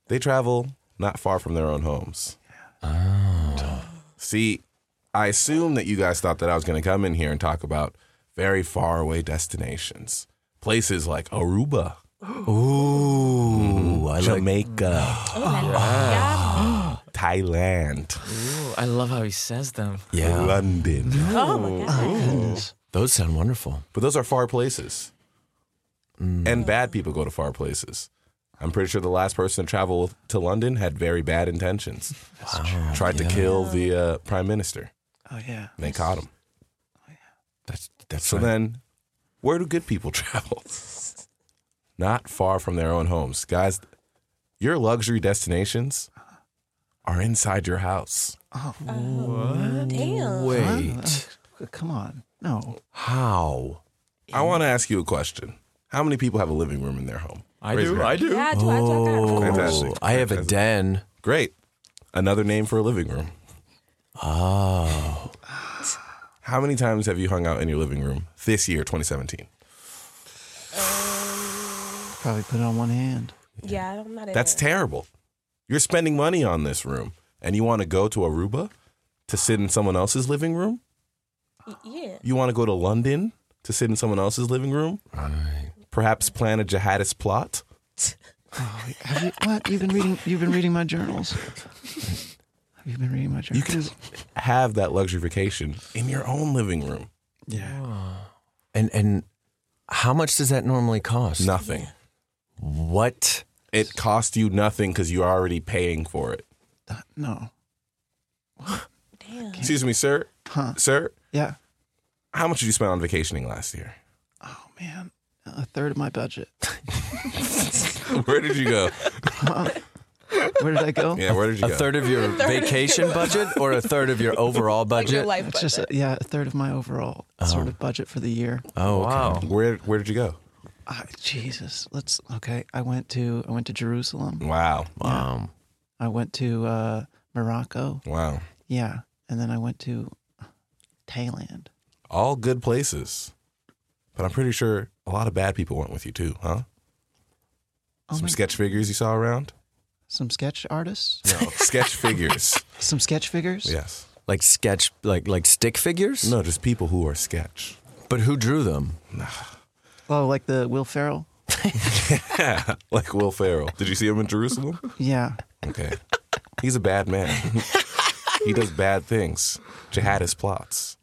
Speaker 5: They travel not far from their own homes.
Speaker 10: Oh.
Speaker 5: See, I assume that you guys thought that I was going to come in here and talk about very far away destinations, places like Aruba, Mm-hmm.
Speaker 2: Ooh, I like
Speaker 5: Jamaica, Thailand,
Speaker 10: Ooh, I love how he says them. Mm-hmm.
Speaker 2: yeah.
Speaker 5: London.
Speaker 1: Oh my god.
Speaker 2: Those sound wonderful.
Speaker 5: But those are far places. And bad people go to far places. I'm pretty sure the last person to travel to London had very bad intentions.
Speaker 2: Oh,
Speaker 5: Tried to kill the uh, prime minister.
Speaker 7: Oh yeah.
Speaker 5: And they caught him.
Speaker 2: That's that's
Speaker 5: So then, where do good people travel? Not far from their own homes. Guys, your luxury destinations are inside your house.
Speaker 1: Damn.
Speaker 2: wait.
Speaker 7: Uh, Come on. No.
Speaker 2: How?
Speaker 5: I want to ask you a question. How many people have a living room in their home?
Speaker 4: I
Speaker 5: Raise your
Speaker 4: do.
Speaker 5: hand.
Speaker 4: I do.
Speaker 1: Yeah, I do, I do, I do.
Speaker 5: Fantastic.
Speaker 2: Oh, I have a den.
Speaker 5: Great. Another name for a living room.
Speaker 2: Oh.
Speaker 5: How many times have you hung out in your living room this year, 2017?
Speaker 7: Probably put it on one hand.
Speaker 1: Yeah, I don't- I'm not. in
Speaker 5: That's
Speaker 1: it.
Speaker 5: terrible. You're spending money on this room, and you want to go to Aruba to sit in someone else's living room?
Speaker 1: Yeah.
Speaker 5: You want to go to London to sit in someone else's living room? Perhaps plan a jihadist plot?
Speaker 7: Have you, what? You've been reading. You've been reading my journals. Have you been reading my
Speaker 5: You
Speaker 7: journals?
Speaker 5: can have that luxury vacation in your own living room.
Speaker 7: yeah.
Speaker 2: And and how much does that normally cost?
Speaker 5: Nothing.
Speaker 2: What?
Speaker 5: It costs you nothing because you're already paying for it.
Speaker 7: That- no.
Speaker 5: Excuse me, sir.
Speaker 7: Huh.
Speaker 5: Sir,
Speaker 7: Yeah.
Speaker 5: how much did you spend on vacationing last year?
Speaker 7: Oh man. A third of my budget.
Speaker 5: Where did you go?
Speaker 7: Where did I go?
Speaker 5: Yeah, where did you
Speaker 2: A
Speaker 5: go?
Speaker 2: third of your vacation budget or a third of your overall
Speaker 1: Your
Speaker 2: budget?
Speaker 1: life
Speaker 7: It's just a,
Speaker 1: budget.
Speaker 7: yeah, a third of my overall
Speaker 5: Uh-huh.
Speaker 7: sort of budget for the year.
Speaker 2: Oh, okay.
Speaker 10: Wow.
Speaker 5: Where Where did you go?
Speaker 7: Ah, Jesus, let's okay. I went to I went to Jerusalem.
Speaker 5: Wow,
Speaker 2: Wow.
Speaker 7: I went to uh, Morocco.
Speaker 5: wow!
Speaker 7: Yeah, and then I went to Thailand.
Speaker 5: All good places, but I'm pretty sure a lot of bad people went with you too, huh?
Speaker 7: Oh
Speaker 5: Some
Speaker 7: my-
Speaker 5: sketch figures you saw around.
Speaker 7: some sketch artists,
Speaker 5: No, sketch figures.
Speaker 7: some sketch figures.
Speaker 5: Yes.
Speaker 2: Like sketch, like like stick figures.
Speaker 5: No, just people who are sketch.
Speaker 2: But who drew them?
Speaker 7: Oh, like the Will Ferrell.
Speaker 5: Like Will Ferrell. Did you see him in Jerusalem?
Speaker 7: Yeah.
Speaker 5: Okay. He's a bad man. he does bad things. Jihadist plots.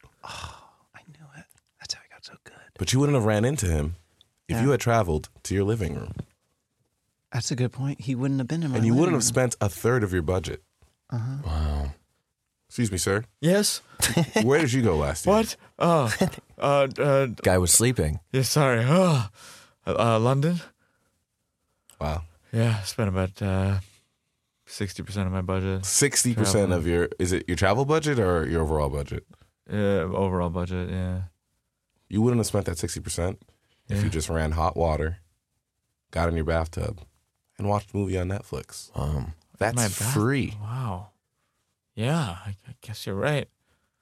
Speaker 7: I knew it. That's how I got so good.
Speaker 5: But you wouldn't have ran into him if
Speaker 7: Yeah.
Speaker 5: you had traveled to your living room.
Speaker 7: That's a good point. He wouldn't have been in my.
Speaker 5: And you wouldn't have
Speaker 7: living
Speaker 5: spent a third of your budget.
Speaker 2: Wow.
Speaker 5: Excuse me, sir.
Speaker 9: Yes.
Speaker 5: Where did you go last year?
Speaker 9: What? Oh. Uh. Uh.
Speaker 2: Guy was sleeping.
Speaker 9: Yeah. Sorry. Oh. Uh. London.
Speaker 5: Wow.
Speaker 9: Yeah. Spent about uh, sixty percent of my budget.
Speaker 5: Sixty percent
Speaker 9: Travel.
Speaker 5: of your is it your travel budget or your overall budget?
Speaker 9: Yeah. Overall budget. Yeah.
Speaker 5: You wouldn't have spent that sixty percent if you just ran hot water, got in your bathtub, and watched a movie on Netflix.
Speaker 2: Um,
Speaker 5: That's
Speaker 9: My bath-
Speaker 5: free.
Speaker 9: Wow. Yeah. I, I guess you're right.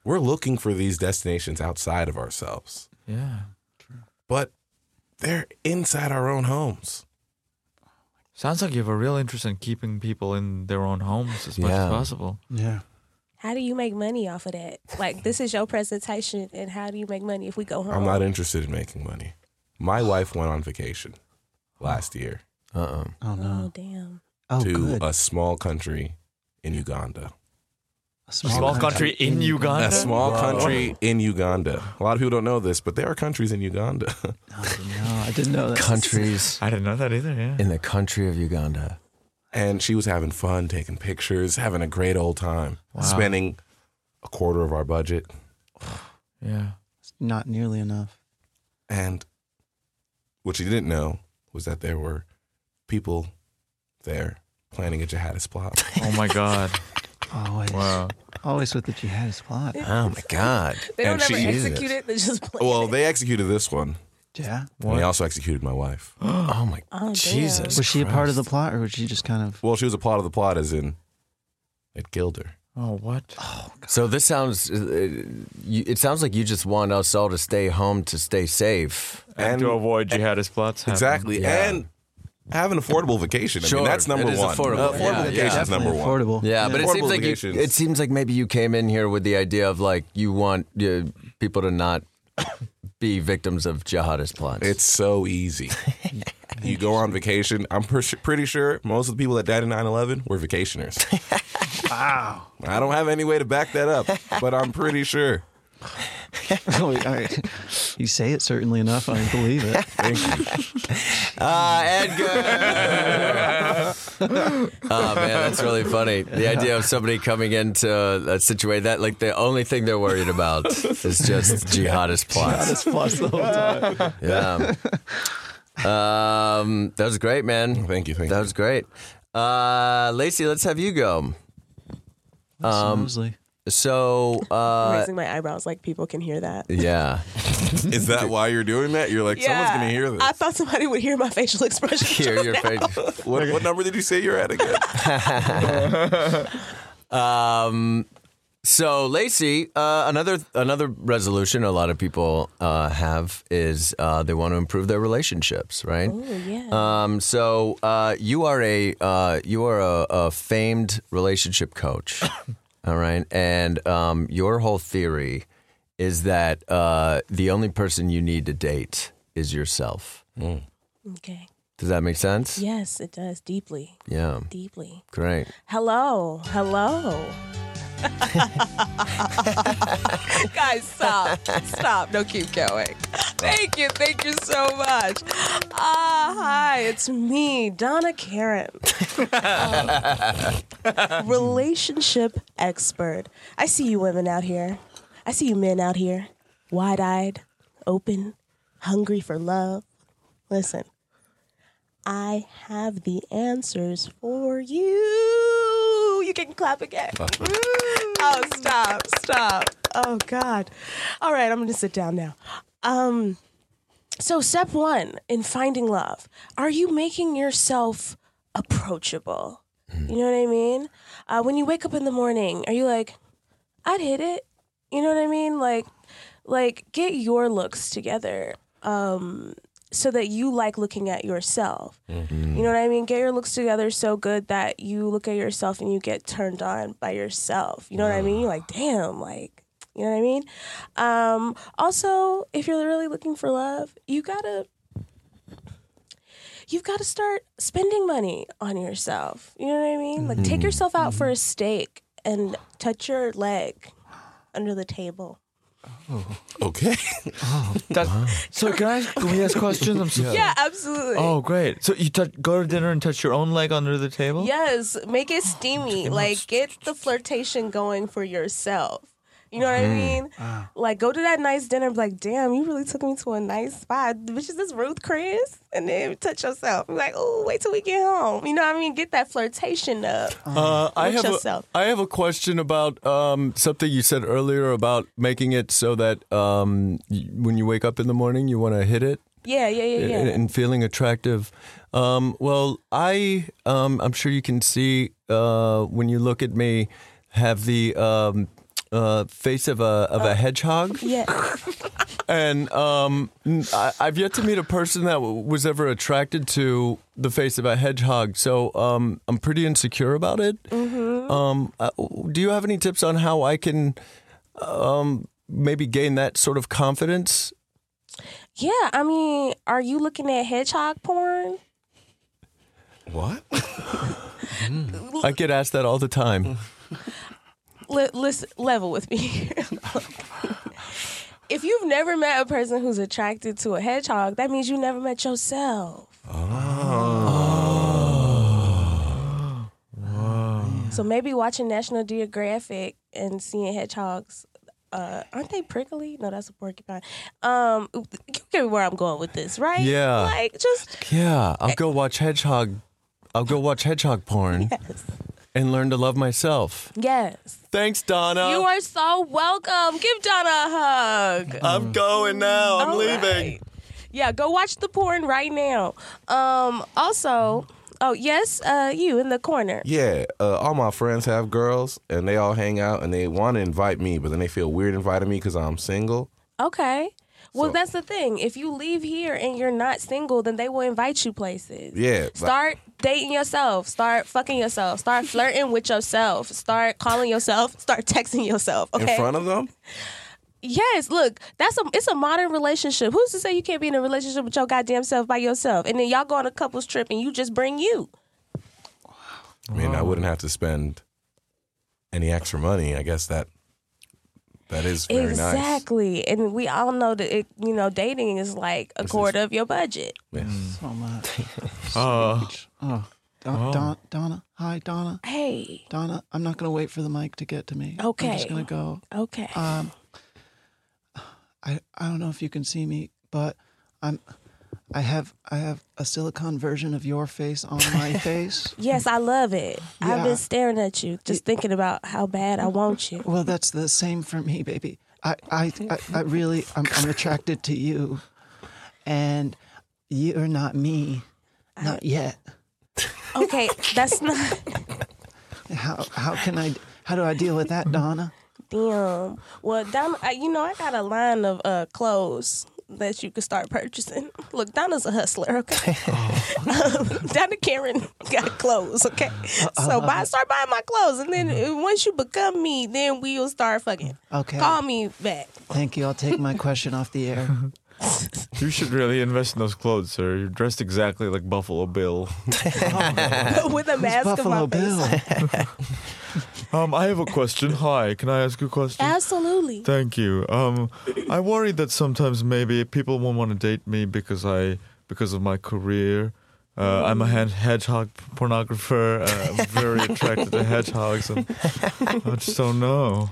Speaker 5: We're looking for these destinations outside of ourselves,
Speaker 9: Yeah.
Speaker 5: but they're inside our own homes.
Speaker 9: Sounds like you have a real interest in keeping people in their own homes as much
Speaker 2: Yeah.
Speaker 9: as possible.
Speaker 7: room. Yeah.
Speaker 1: How do you make money off of that? Like, this is your presentation, and how do you make money if we go home?
Speaker 5: I'm not interested in making money. My wife went on vacation last year
Speaker 2: uh uh
Speaker 7: Oh
Speaker 1: Oh,
Speaker 7: no.
Speaker 1: damn.
Speaker 7: Oh,
Speaker 5: to
Speaker 7: good.
Speaker 5: a small country in Uganda.
Speaker 7: A
Speaker 9: Small country in Uganda.
Speaker 5: A small country in Uganda. A lot of people don't know this, but there are countries in Uganda.
Speaker 7: Oh, no, I didn't know that.
Speaker 2: Countries
Speaker 9: I didn't know that either. Yeah.
Speaker 2: in the country of Uganda.
Speaker 5: and she was having fun, taking pictures, having a great old time, spending a quarter of our budget.
Speaker 9: yeah.
Speaker 7: Not nearly enough.
Speaker 5: And what she didn't know was that there were people there planning a jihadist plot.
Speaker 9: Oh my God.
Speaker 7: Always.
Speaker 9: Wow.
Speaker 7: Always with the jihadist plot.
Speaker 2: Oh my God.
Speaker 1: They don't
Speaker 5: And
Speaker 1: ever
Speaker 5: she is.
Speaker 1: execute it. They just play.
Speaker 5: well, they executed this one,
Speaker 7: Yeah.
Speaker 5: and they also executed my wife.
Speaker 2: Oh my
Speaker 1: Oh, damn.
Speaker 2: Jesus.
Speaker 7: Was she a part of the plot, or was she just kind of?
Speaker 5: Well, she was a plot of the plot, as in it killed her.
Speaker 9: Oh what?
Speaker 2: So this sounds. It, you- it sounds like you just want us all to stay home to stay safe.
Speaker 9: and, to avoid jihadist plots. happening.
Speaker 5: Exactly.
Speaker 2: Yeah.
Speaker 5: And have an affordable vacation. I
Speaker 2: Sure,
Speaker 5: mean, that's number
Speaker 2: it is
Speaker 5: one.
Speaker 2: affordable.
Speaker 5: Affordable
Speaker 2: Yeah,
Speaker 5: vacation is
Speaker 7: Definitely
Speaker 5: number one.
Speaker 7: affordable.
Speaker 2: Yeah, but it
Speaker 5: Affordable
Speaker 2: seems like you,
Speaker 5: vacations.
Speaker 2: it seems like maybe you came in here with the idea of like you want uh, people to not be victims of jihadist plots.
Speaker 5: It's so easy. you go on vacation. I'm per- pretty sure most of the people that died in 9 11 were vacationers. wow. I don't have any way to back that up, but I'm pretty sure.
Speaker 7: Oh, you say it certainly enough, I believe it.
Speaker 2: Ah, Edgar. oh man, that's really funny. The idea of somebody coming into a situation that like the only thing they're worried about is just jihadist plots.
Speaker 7: That's plus the whole time.
Speaker 2: Yeah. Um, that was great, man.
Speaker 5: Thank you. Thank
Speaker 2: That was great. Uh, Lacey, let's have you go.
Speaker 7: Mosley.
Speaker 2: So, uh,
Speaker 1: raising my eyebrows like people can hear that.
Speaker 2: yeah.
Speaker 5: you. Is that why you're doing that? You're like, someone's going to hear this.
Speaker 1: I thought somebody would hear my facial expression.
Speaker 2: Here, your page.
Speaker 5: what, what number did you say you're at again?
Speaker 2: Um, so, Lacey, uh, another another resolution a lot of people uh, have is uh, they want to improve their relationships, right?
Speaker 1: Oh, yeah.
Speaker 2: Um, so uh, you are a uh, you are a, a famed relationship coach, all right, and um, your whole theory is that uh, the only person you need to date is yourself.
Speaker 1: okay.
Speaker 2: Does that make sense?
Speaker 1: Yes, it does. Deeply.
Speaker 2: Yeah.
Speaker 1: Deeply.
Speaker 2: Great.
Speaker 1: Hello. Hello. Guys, stop. Stop. No, keep going. Thank you. Thank you so much. Ah, hi. It's me, Donna Karen. Um, relationship expert. I see you women out here. I see you men out here. Wide eyed, open, hungry for love. Listen, I have the answers for you. You can clap again. oh, stop, stop. Oh, God. All right, I'm going to sit down now. Um, so, step one in finding love are you making yourself approachable? You know what I mean? Uh, when you wake up in the morning, are you like, I'd hit it? You know what I mean? Like, like get your looks together. Um, so that you like looking at yourself. You know what I mean? Get your looks together so good that you look at yourself and you get turned on by yourself. You know what I mean? You're like, damn, like, you know what I mean? Um, also, if you're really looking for love, you gotta you've got to start spending money on yourself. You know what I mean? Like take yourself out for a steak and touch your leg under the table.
Speaker 5: Okay.
Speaker 9: That, So can I? Can we ask questions? I'm so,
Speaker 1: Yeah, absolutely.
Speaker 9: Oh, great. So you touch, go to dinner and touch your own leg under the table?
Speaker 1: Yes, make it steamy. Like get the flirtation going for yourself. You know what I mean? Like go to that nice dinner and be like, damn, you really took me to a nice spot. Which is this Ruth Chris? And then touch yourself. Be like, oh, wait till we get home. You know what I mean? Get that flirtation up.
Speaker 2: Uh, I
Speaker 1: Watch
Speaker 2: have a,
Speaker 1: yourself.
Speaker 2: I have a question about um, something you said earlier about making it so that um, y- when you wake up in the morning, you want to hit it
Speaker 1: Yeah, yeah, yeah, yeah.
Speaker 2: and, and feeling attractive. Um, well, I um, I'm sure you can see uh, when you look at me have the um, uh, face of a of
Speaker 1: Oh.
Speaker 2: a hedgehog,
Speaker 1: yeah.
Speaker 2: and um, n- I, have yet to meet a person that w- was ever attracted to the face of a hedgehog. So um, I'm pretty insecure about it.
Speaker 1: Mm-hmm.
Speaker 2: Um, uh, do you have any tips on how I can um, maybe gain that sort of confidence?
Speaker 1: Yeah, I mean, are you looking at hedgehog porn?
Speaker 5: What?
Speaker 2: I get asked that all the
Speaker 1: Mm.
Speaker 2: time.
Speaker 1: Le- listen, level with me. if you've never met a person who's attracted to a hedgehog, that means you never met yourself. So maybe watching National Geographic and seeing hedgehogs. Uh, aren't they prickly? No, that's a porcupine. Um, you get where I'm going with this, right?
Speaker 2: Yeah.
Speaker 1: Like just
Speaker 2: Yeah,
Speaker 1: Eh
Speaker 2: I'll go watch hedgehog. I'll go watch hedgehog porn and learn to love myself.
Speaker 1: yes.
Speaker 2: Thanks, Donna.
Speaker 1: You are so welcome. Give Donna a hug.
Speaker 2: I'm going now. I'm
Speaker 1: All
Speaker 2: leaving.
Speaker 1: right. Yeah, go watch the porn right now. Um, also, oh yes, uh, you in the corner.
Speaker 5: Yeah, uh, all my friends have girls, and they all hang out, and they want to invite me, but then they feel weird inviting me because I'm single.
Speaker 1: Okay. Well,
Speaker 5: So-
Speaker 1: that's the thing. If you leave here and you're not single, then they will invite you places.
Speaker 5: Yeah, but-
Speaker 1: Start dating yourself. Start fucking yourself. Start flirting with yourself. Start calling yourself. Start texting yourself. Okay.
Speaker 5: In front of them?
Speaker 1: Yes, look, that's a it's a modern relationship. Who's to say you can't be in a relationship with your goddamn self by yourself? And then y'all go on a couples trip and you just bring you.
Speaker 5: I mean, I wouldn't have to spend any extra money. I guess that that is very nice.
Speaker 1: exactly. And we all know that it, you know, dating is like a quarter of your budget.
Speaker 7: So much. So much. Oh. Don, Don, Donna. Hi, Donna.
Speaker 1: Hey.
Speaker 7: Donna, I'm not going to wait for the mic to get to me. I'm
Speaker 1: Okay.
Speaker 7: just going to go.
Speaker 1: Okay.
Speaker 7: Um, I I don't know if you can see me, but I'm I have I have a silicone version of your face on my face.
Speaker 1: yes, I love it. I've
Speaker 7: Yeah.
Speaker 1: been staring at you, just thinking about how bad I want you.
Speaker 7: Well, that's the same for me, baby. I I I, I really I'm, I'm attracted to you, and you're not me, not yet.
Speaker 1: Okay, that's not
Speaker 7: How how can I how do I deal with that, Donna?
Speaker 1: damn. Well, Donna, I, you know, I got a line of uh, clothes that you could start purchasing. Look, Donna's a hustler, okay? um, Donna Karen got clothes, okay? so buy, start buying my clothes, and then uh, once you become me, then we'll start fucking.
Speaker 7: Okay.
Speaker 1: Call me back.
Speaker 7: Thank you. I'll take my question off the air.
Speaker 9: You should really invest in those clothes, sir. You're dressed exactly like Buffalo Bill.
Speaker 1: with a mask of my
Speaker 7: Buffalo
Speaker 1: face.
Speaker 7: Bill.
Speaker 9: Um, I have a question. Hi, can I ask a question?
Speaker 1: Absolutely.
Speaker 9: Thank you. Um, I worry that sometimes maybe people won't want to date me because I because of my career. Uh, I'm a
Speaker 1: Mm.
Speaker 9: hedge- hedgehog pornographer. Uh, I'm very attracted to hedgehogs, and I just don't know.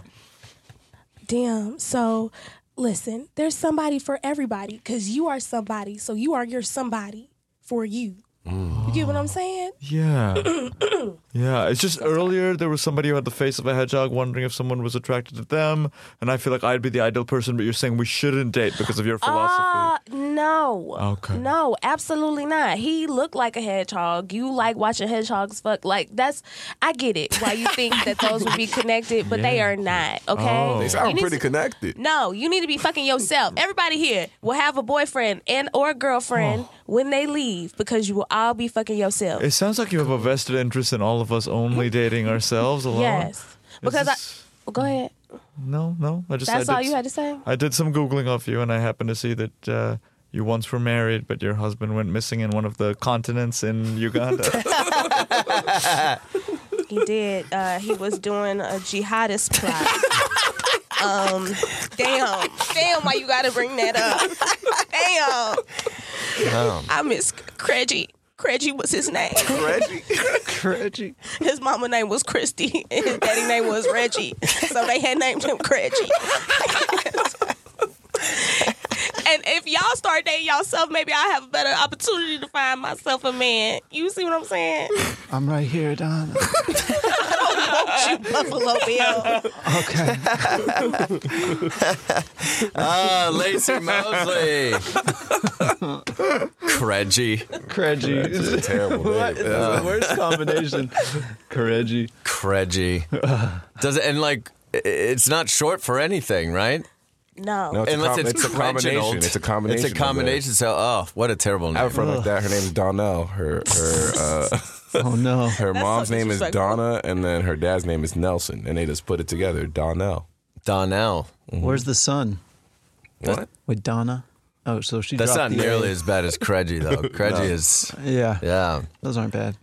Speaker 1: Damn. So, listen, there's somebody for everybody because you are somebody. So, you are your somebody for you. You get what I'm saying?
Speaker 9: Yeah, yeah. It's just earlier there was somebody who had the face of a hedgehog, wondering if someone was attracted to them, and I feel like I'd be the ideal person. But you're saying we shouldn't date because of your philosophy.
Speaker 1: Ah, no, No.
Speaker 9: Okay.
Speaker 1: No, absolutely not. He looked like a hedgehog. You like watching hedgehogs fuck. Like that's I get it why you think that those would be connected, but they are not. Okay.
Speaker 9: Oh. They
Speaker 1: You
Speaker 5: sound
Speaker 1: need
Speaker 5: pretty
Speaker 1: to-
Speaker 5: connected.
Speaker 1: No, you need to be fucking yourself. Everybody here will have a boyfriend and or
Speaker 9: Oh.
Speaker 1: girlfriend when they leave because you will all be fucking yourself.
Speaker 9: It sounds like you have a vested interest in all of us only dating ourselves alone.
Speaker 1: yes. Because
Speaker 9: This
Speaker 1: I go ahead.
Speaker 9: No, no. I just I
Speaker 1: That's
Speaker 9: did
Speaker 1: all you
Speaker 9: s-
Speaker 1: had to say?
Speaker 9: I did some googling of you, and I happened to see that uh, you once were married, but your husband went missing in one of the continents in Uganda.
Speaker 1: He did. Uh, he was doing a jihadist plot. um, damn, damn, why you gotta bring that up? Damn, I miss Craigie. Craigie was his name.
Speaker 7: Reggie.
Speaker 1: His mama name was Christy, and his daddy name was Reggie. So they had named him Craigie. And if y'all start dating yourself, maybe I'll have a better opportunity to find myself a man. You see what I'm saying?
Speaker 7: I'm right here, Don.
Speaker 1: Buffalo Bill.
Speaker 7: Okay.
Speaker 2: Ah, Lacey Mosley. Credgy.
Speaker 7: Craigie.
Speaker 5: It's a terrible name.
Speaker 7: That's the worst combination. Craigie.
Speaker 2: Credgy. Does it, and like, i- it's not short for anything, right?
Speaker 5: No, it's
Speaker 2: Unless
Speaker 5: a com-
Speaker 2: it's,
Speaker 5: it's a combination.
Speaker 2: Credginald.
Speaker 5: It's a combination of
Speaker 2: It's a combination. So, oh, what a terrible
Speaker 5: I have
Speaker 2: name.
Speaker 5: a friend like that. Her name's Donnell. Her her uh,
Speaker 7: Oh no.
Speaker 5: her mom's name is
Speaker 1: disrespectful.
Speaker 5: Donna, and then her dad's name is Nelson, and they just put it together. Donnell.
Speaker 2: Donnell.
Speaker 7: Where's the sun?
Speaker 5: What?
Speaker 7: With Donna. Oh, so she.
Speaker 2: That's not
Speaker 7: dropped the
Speaker 2: nearly
Speaker 7: A.
Speaker 2: as bad as Credgy, though. Credgy is,
Speaker 7: Yeah.
Speaker 2: yeah.
Speaker 7: Those aren't bad.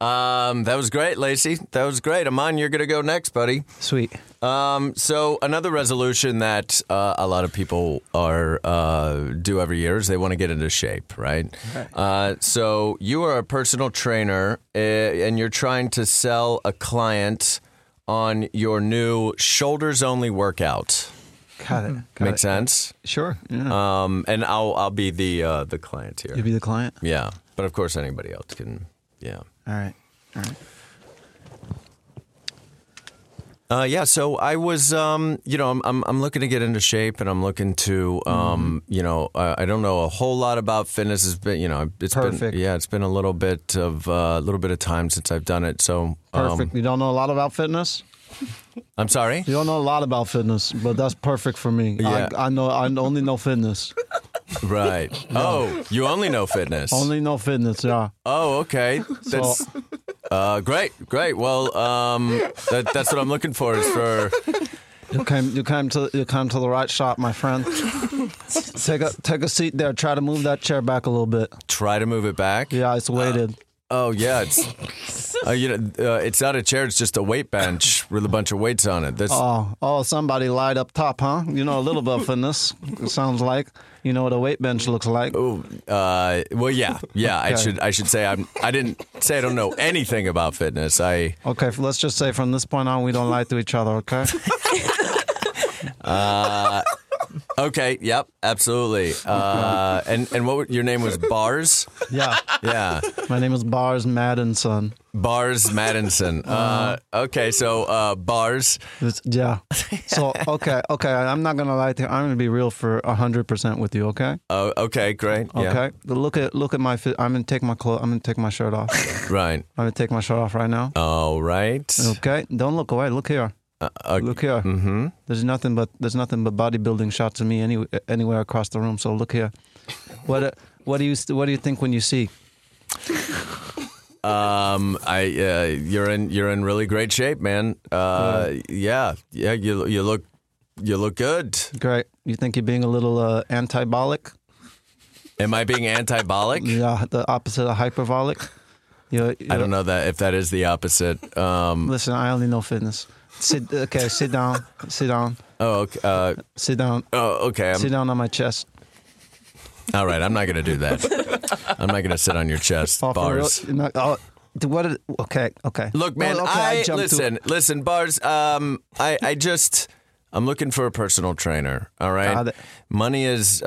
Speaker 2: Um, that was great, Lacey. That was great. Amon, you're going to go next, buddy.
Speaker 7: Sweet.
Speaker 2: Um, so another resolution that uh, a lot of people are uh, do every year is they want to get into shape, right? Uh, so you are a personal trainer, uh, and you're trying to sell a client on your new shoulders only workout.
Speaker 7: Got it. Got
Speaker 2: Make
Speaker 7: it.
Speaker 2: sense?
Speaker 7: Sure. Yeah.
Speaker 2: Um, and I'll I'll be the uh, the client here.
Speaker 7: You'll be the client.
Speaker 2: yeah, but of course anybody else can. Yeah.
Speaker 7: All right. All right.
Speaker 2: Uh, yeah, so I was, um, you know, I'm, I'm I'm looking to get into shape, and I'm looking to, um,
Speaker 7: Mm-hmm.
Speaker 2: you know, I, I don't know a whole lot about fitness. It's been, you know, it's
Speaker 7: Perfect.
Speaker 2: been, yeah, it's been a little bit of uh, a little bit of time since I've done it. So, um,
Speaker 7: Perfect. you don't know a lot about fitness.
Speaker 2: I'm sorry.
Speaker 7: You don't know a lot about fitness, but that's perfect for me.
Speaker 2: Yeah.
Speaker 7: I, I know. I only know fitness.
Speaker 2: Right. Oh, you only know fitness.
Speaker 7: Only know fitness. Yeah.
Speaker 2: Oh, okay. That's uh, great, great. Well, um, that, that's what I'm looking for. Is for
Speaker 7: You came. You came to. You came to the right shop, my friend. take a take a seat there. Try to move that chair back a little bit.
Speaker 2: try to move it back.
Speaker 7: Yeah, it's weighted.
Speaker 2: Oh yeah, it's uh, you know uh, it's not a chair. It's just a weight bench with a bunch of weights on it. That's
Speaker 7: Oh, oh, somebody lied up top, huh? You know a little bit of fitness. It sounds like you know what a weight bench looks like.
Speaker 2: uh, well, yeah, yeah. I
Speaker 7: Okay.
Speaker 2: should I should say I'm I didn't say I don't know anything about fitness. I
Speaker 7: Okay, f- let's just say from this point on, we don't lie to each other. Okay.
Speaker 2: okay, yep, absolutely. Uh, and and what were- your name was Bars?
Speaker 7: Yeah.
Speaker 2: Yeah,
Speaker 7: My name is Bars Madden, son.
Speaker 2: Bars Madison. Uh, okay, so uh, Bars.
Speaker 7: It's- yeah. So okay, okay. I'm not gonna lie to you. I'm gonna be real for hundred percent with you. Okay.
Speaker 2: Oh, okay, great. Yeah,
Speaker 7: Okay. Look at look at my. Fi- I'm gonna take my clo- I'm gonna take my shirt off. I'm
Speaker 2: right.
Speaker 7: gonna take my shirt off right now.
Speaker 2: All right.
Speaker 7: Okay. Don't look away. Look here.
Speaker 2: uh,
Speaker 7: look here. Mm-hmm. There's nothing but there's nothing but bodybuilding shots of me any, anywhere across the room. So look here. What uh, what do you what do you think when you see?
Speaker 2: Um, I uh, you're in you're in really great shape, man. Uh, yeah, yeah. You you look you look good.
Speaker 7: Great. You think you're being a little uh, antibolic?
Speaker 2: Am I being antibolic?
Speaker 7: Yeah, the opposite of hyperbolic. You're,
Speaker 2: I don't know that if that is the opposite. Um,
Speaker 7: Listen, I only know fitness. Sit. Okay, sit down. Sit down.
Speaker 2: oh, okay, uh,
Speaker 7: Sit down.
Speaker 2: oh, okay.
Speaker 7: Sit
Speaker 2: I'm,
Speaker 7: down on my chest.
Speaker 2: all right, I'm not gonna do that. I'm not gonna sit on your chest,
Speaker 7: Oh, for real?
Speaker 2: bars.
Speaker 7: You're not- oh, d- what? did- okay. Okay.
Speaker 2: Look, man,
Speaker 7: Oh, okay,
Speaker 2: I,
Speaker 7: jumped to-
Speaker 2: listen, listen, bars. Um, I I just I'm looking for a personal trainer. All
Speaker 7: Got
Speaker 2: right,
Speaker 7: it.
Speaker 2: money is uh,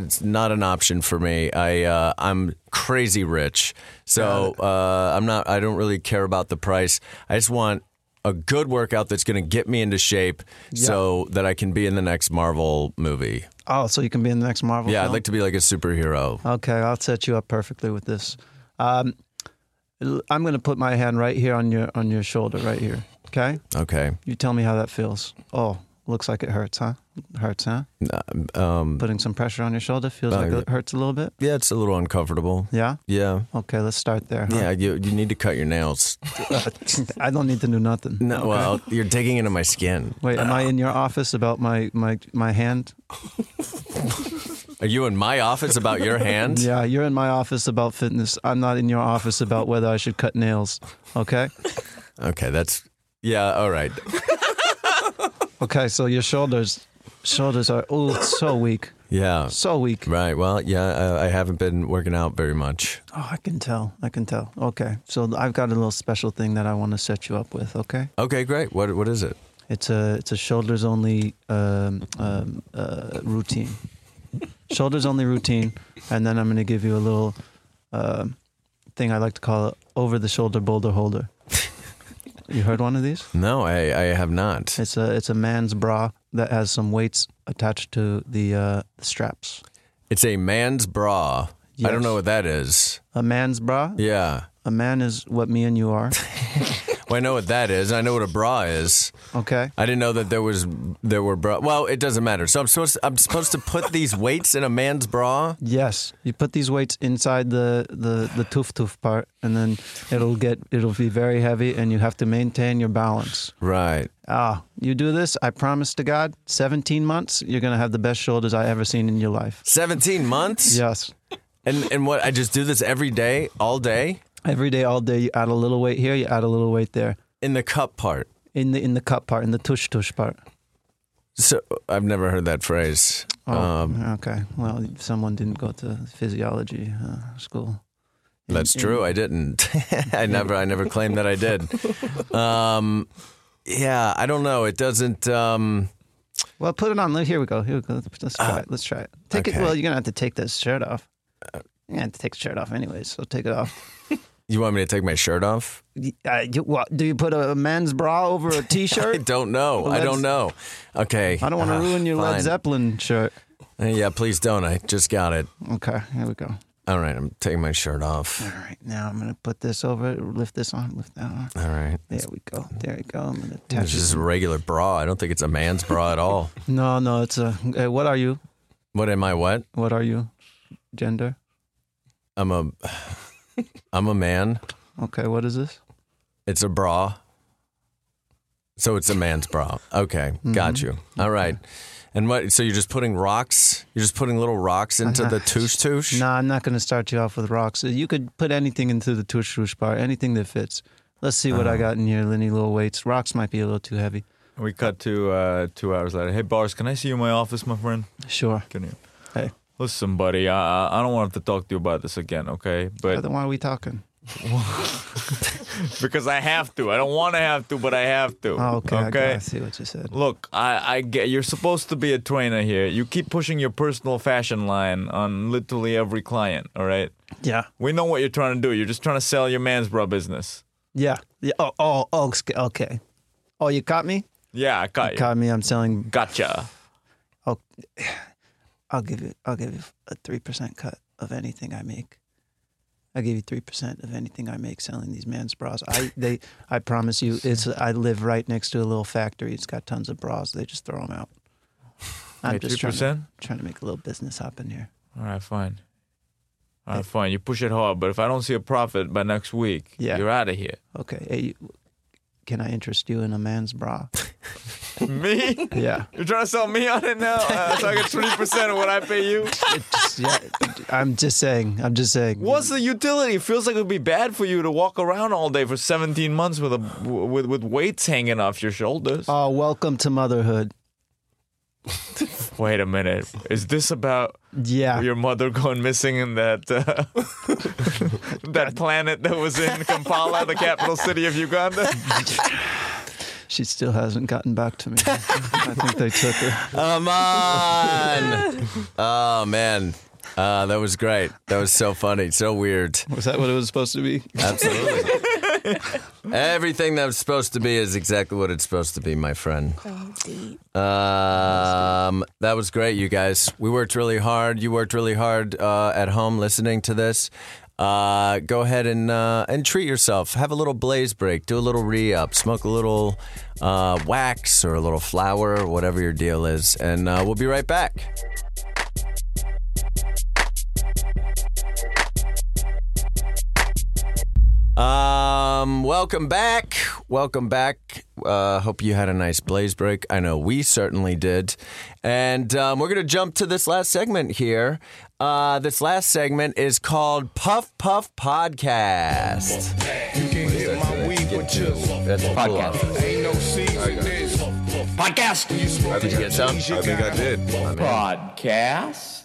Speaker 2: uh, it's not an option for me. I uh, I'm crazy rich, so uh, I'm not. I don't really care about the price. I just want a good workout that's going to get me into shape so that I can be in the next Marvel movie.
Speaker 7: Oh, so you can be in the next Marvel.
Speaker 2: Yeah, I'd
Speaker 7: film?
Speaker 2: like to be like a superhero.
Speaker 7: Okay, I'll set you up perfectly with this. Um, l- I'm going to put my hand right here on your on your shoulder, right here. Okay,
Speaker 2: Okay.
Speaker 7: you tell me how that feels. Oh, looks like it hurts, huh? Hurts, huh?
Speaker 2: Um,
Speaker 7: Putting some pressure on your shoulder feels
Speaker 2: No,
Speaker 7: like
Speaker 2: you're-
Speaker 7: it hurts a little bit.
Speaker 2: yeah, it's a little uncomfortable.
Speaker 7: Yeah.
Speaker 2: Yeah.
Speaker 7: Okay, let's start there.
Speaker 2: Yeah,
Speaker 7: huh?
Speaker 2: you, you need to cut your nails.
Speaker 7: I don't need to do nothing.
Speaker 2: No, well, you're digging into my skin.
Speaker 7: Wait, am I in your office about my my my hand?
Speaker 2: Are you in my office about your hand?
Speaker 7: Yeah, you're in my office about fitness. I'm not in your office about whether I should cut nails. Okay.
Speaker 2: Okay, that's yeah. All right.
Speaker 7: Okay, so your shoulders, shoulders are oh so weak,
Speaker 2: Yeah.
Speaker 7: so weak.
Speaker 2: Right. Well, yeah. uh, I, I haven't been working out very much.
Speaker 7: Oh, I can tell. I can tell. Okay. So I've got a little special thing that I want to set you up with, okay?
Speaker 2: Okay, great. What What is it?
Speaker 7: It's a it's a shoulders only um, um, uh, routine. shoulders only routine and then I'm going to give you a little um thing I like to call over the shoulder boulder holder. you heard one of these?
Speaker 2: No, I I have not.
Speaker 7: It's a it's a man's bra that has some weights attached to the uh, straps.
Speaker 2: It's a man's bra. I don't
Speaker 7: Yes.
Speaker 2: know what that is.
Speaker 7: A man's bra?
Speaker 2: Yeah.
Speaker 7: A man is what me and you are.
Speaker 2: Well, I know what that is. I know what a bra is.
Speaker 7: Okay.
Speaker 2: I didn't know that there was there were bra. Well, it doesn't matter. So I'm supposed I'm supposed to put these weights in a man's bra.
Speaker 7: Yes, you put these weights inside the the the toof toof part, and then it'll get it'll be very heavy, and you have to maintain your balance.
Speaker 2: Right.
Speaker 7: Ah, you do this, I promise to God, seventeen months, you're gonna have the best shoulders I ever seen in your life.
Speaker 2: Seventeen months.
Speaker 7: Yes,
Speaker 2: And and what I just do this every day, all day
Speaker 7: every day, all day, you add a little weight here, you add a little weight there,
Speaker 2: in the cup part.
Speaker 7: in the in the cup part, in the tush tush part.
Speaker 2: So I've never heard that phrase.
Speaker 7: Oh,
Speaker 2: Um,
Speaker 7: okay. Well, someone didn't go to physiology uh, school.
Speaker 2: That's
Speaker 7: in-
Speaker 2: true. I didn't. I never. I never claimed that I did. Um, yeah, I don't know. It doesn't. Um,
Speaker 7: Well, put it on. Let- Here we go. Here we go. Let's- Let's try it. Let's try it. Take
Speaker 2: Uh, okay. Uh,
Speaker 7: it. Well, you're gonna have to take this shirt off. You're gonna have to take the shirt off anyways. So take it off.
Speaker 2: you want me to take my shirt off?
Speaker 7: Y- Uh, you, what, do you put a men's bra over a
Speaker 2: I
Speaker 7: t-shirt?
Speaker 2: don't know.
Speaker 7: Well,
Speaker 2: I don't
Speaker 7: that's-
Speaker 2: know. Okay.
Speaker 7: I don't want to
Speaker 2: Ah,
Speaker 7: ruin your Led
Speaker 2: fine.
Speaker 7: Zeppelin shirt.
Speaker 2: Uh, Yeah, please don't. I just got it.
Speaker 7: Okay, here we go.
Speaker 2: All right, I'm taking my shirt off.
Speaker 7: All right, now I'm gonna put this over. it, Lift this on. Lift that on.
Speaker 2: All right.
Speaker 7: There we go. There we go. I'm gonna
Speaker 2: It's
Speaker 7: attach
Speaker 2: just
Speaker 7: it.
Speaker 2: a regular bra. I don't think it's a man's bra at all.
Speaker 7: No, no, it's a. Uh, what are you?
Speaker 2: What am I? What?
Speaker 7: What are you? Gender?
Speaker 2: I'm a. I'm a man.
Speaker 7: Okay, what is this?
Speaker 2: It's a bra. So it's a man's bra. Okay, got you. All right. And what? So you're just putting rocks? You're just putting little rocks into the touche touche?
Speaker 7: No, I'm not going to start you off with rocks. You could put anything into the tush tush bar, anything that fits. Let's see what I got in here, Lenny. Little weights. Rocks might be a little too heavy.
Speaker 4: We cut to uh, two hours later. Hey, Bars, can I see you in my office, my friend?
Speaker 7: Sure.
Speaker 4: Can you?
Speaker 7: Hey.
Speaker 4: Listen, buddy, I, I- I don't want to have to talk to you about this again, okay? But
Speaker 7: Then why are we talking?
Speaker 4: because I have to. I don't want to have to, but I have to.
Speaker 7: Oh, okay. I, got- I see what you said.
Speaker 4: Look, I, I get you're supposed to be a trainer here. You keep pushing your personal fashion line on literally every client, all right?
Speaker 7: Yeah.
Speaker 4: We know what you're trying to do. You're just trying to sell your man's bra business.
Speaker 7: Yeah. yeah. Oh, oh, oh, sc- okay. Oh, you caught me?
Speaker 4: Yeah, I caught you.
Speaker 7: Caught me. I'm selling.
Speaker 4: Gotcha.
Speaker 7: I'll, Oh, I'll give you. I'll give you a three percent cut of anything I make. I'll give you three percent of anything I make selling these man's bras. I they. I promise you, it's. I live right next to a little factory. It's got tons of bras. They just throw them out. I'm
Speaker 4: Hey,
Speaker 7: just trying to,
Speaker 4: 3%?
Speaker 7: trying to make a little business happen here.
Speaker 4: All right, fine. All right, fine. You push it hard, but if I don't see a profit by next week,
Speaker 7: Yeah.
Speaker 4: you're out of here.
Speaker 7: Okay. Hey, you- can I interest you in a man's bra?
Speaker 4: me?
Speaker 7: Yeah.
Speaker 4: You're trying to sell me on it now? Uh, so I get 20% of what I pay you?
Speaker 7: Just- yeah. I'm just saying. I'm just saying.
Speaker 4: What's the utility? It feels like it would be bad for you to walk around all day for 17 months with a with, with weights hanging off your shoulders.
Speaker 7: Oh, welcome to motherhood.
Speaker 4: Wait a minute. Is this about
Speaker 7: Yeah.
Speaker 4: your mother going missing in that uh, that planet that was in Kampala, the capital city of Uganda?
Speaker 7: She still hasn't gotten back to me. I think they took her.
Speaker 2: Come on. oh, man. Uh, that was great. That was so funny. So weird.
Speaker 7: Was that what it was supposed to be?
Speaker 2: Absolutely. Everything that was supposed to be is exactly what it's supposed to be, my friend.
Speaker 1: Oh, deep.
Speaker 2: Um, that was great, you guys. We worked really hard. You worked really hard uh, at home listening to this. Uh, go ahead and uh, and treat yourself. Have a little blaze break. Do a little re up. Smoke a little uh, wax or a little flower, whatever your deal is. And uh, we'll be right back. Um, welcome back. Welcome back. Uh, hope you had a nice blaze break. I know we certainly did. And um, we're going to jump to this last segment here. Uh, this last segment is called Puff Puff Podcast. That's a podcast.
Speaker 5: I think
Speaker 2: Did you get some?
Speaker 5: I think I did.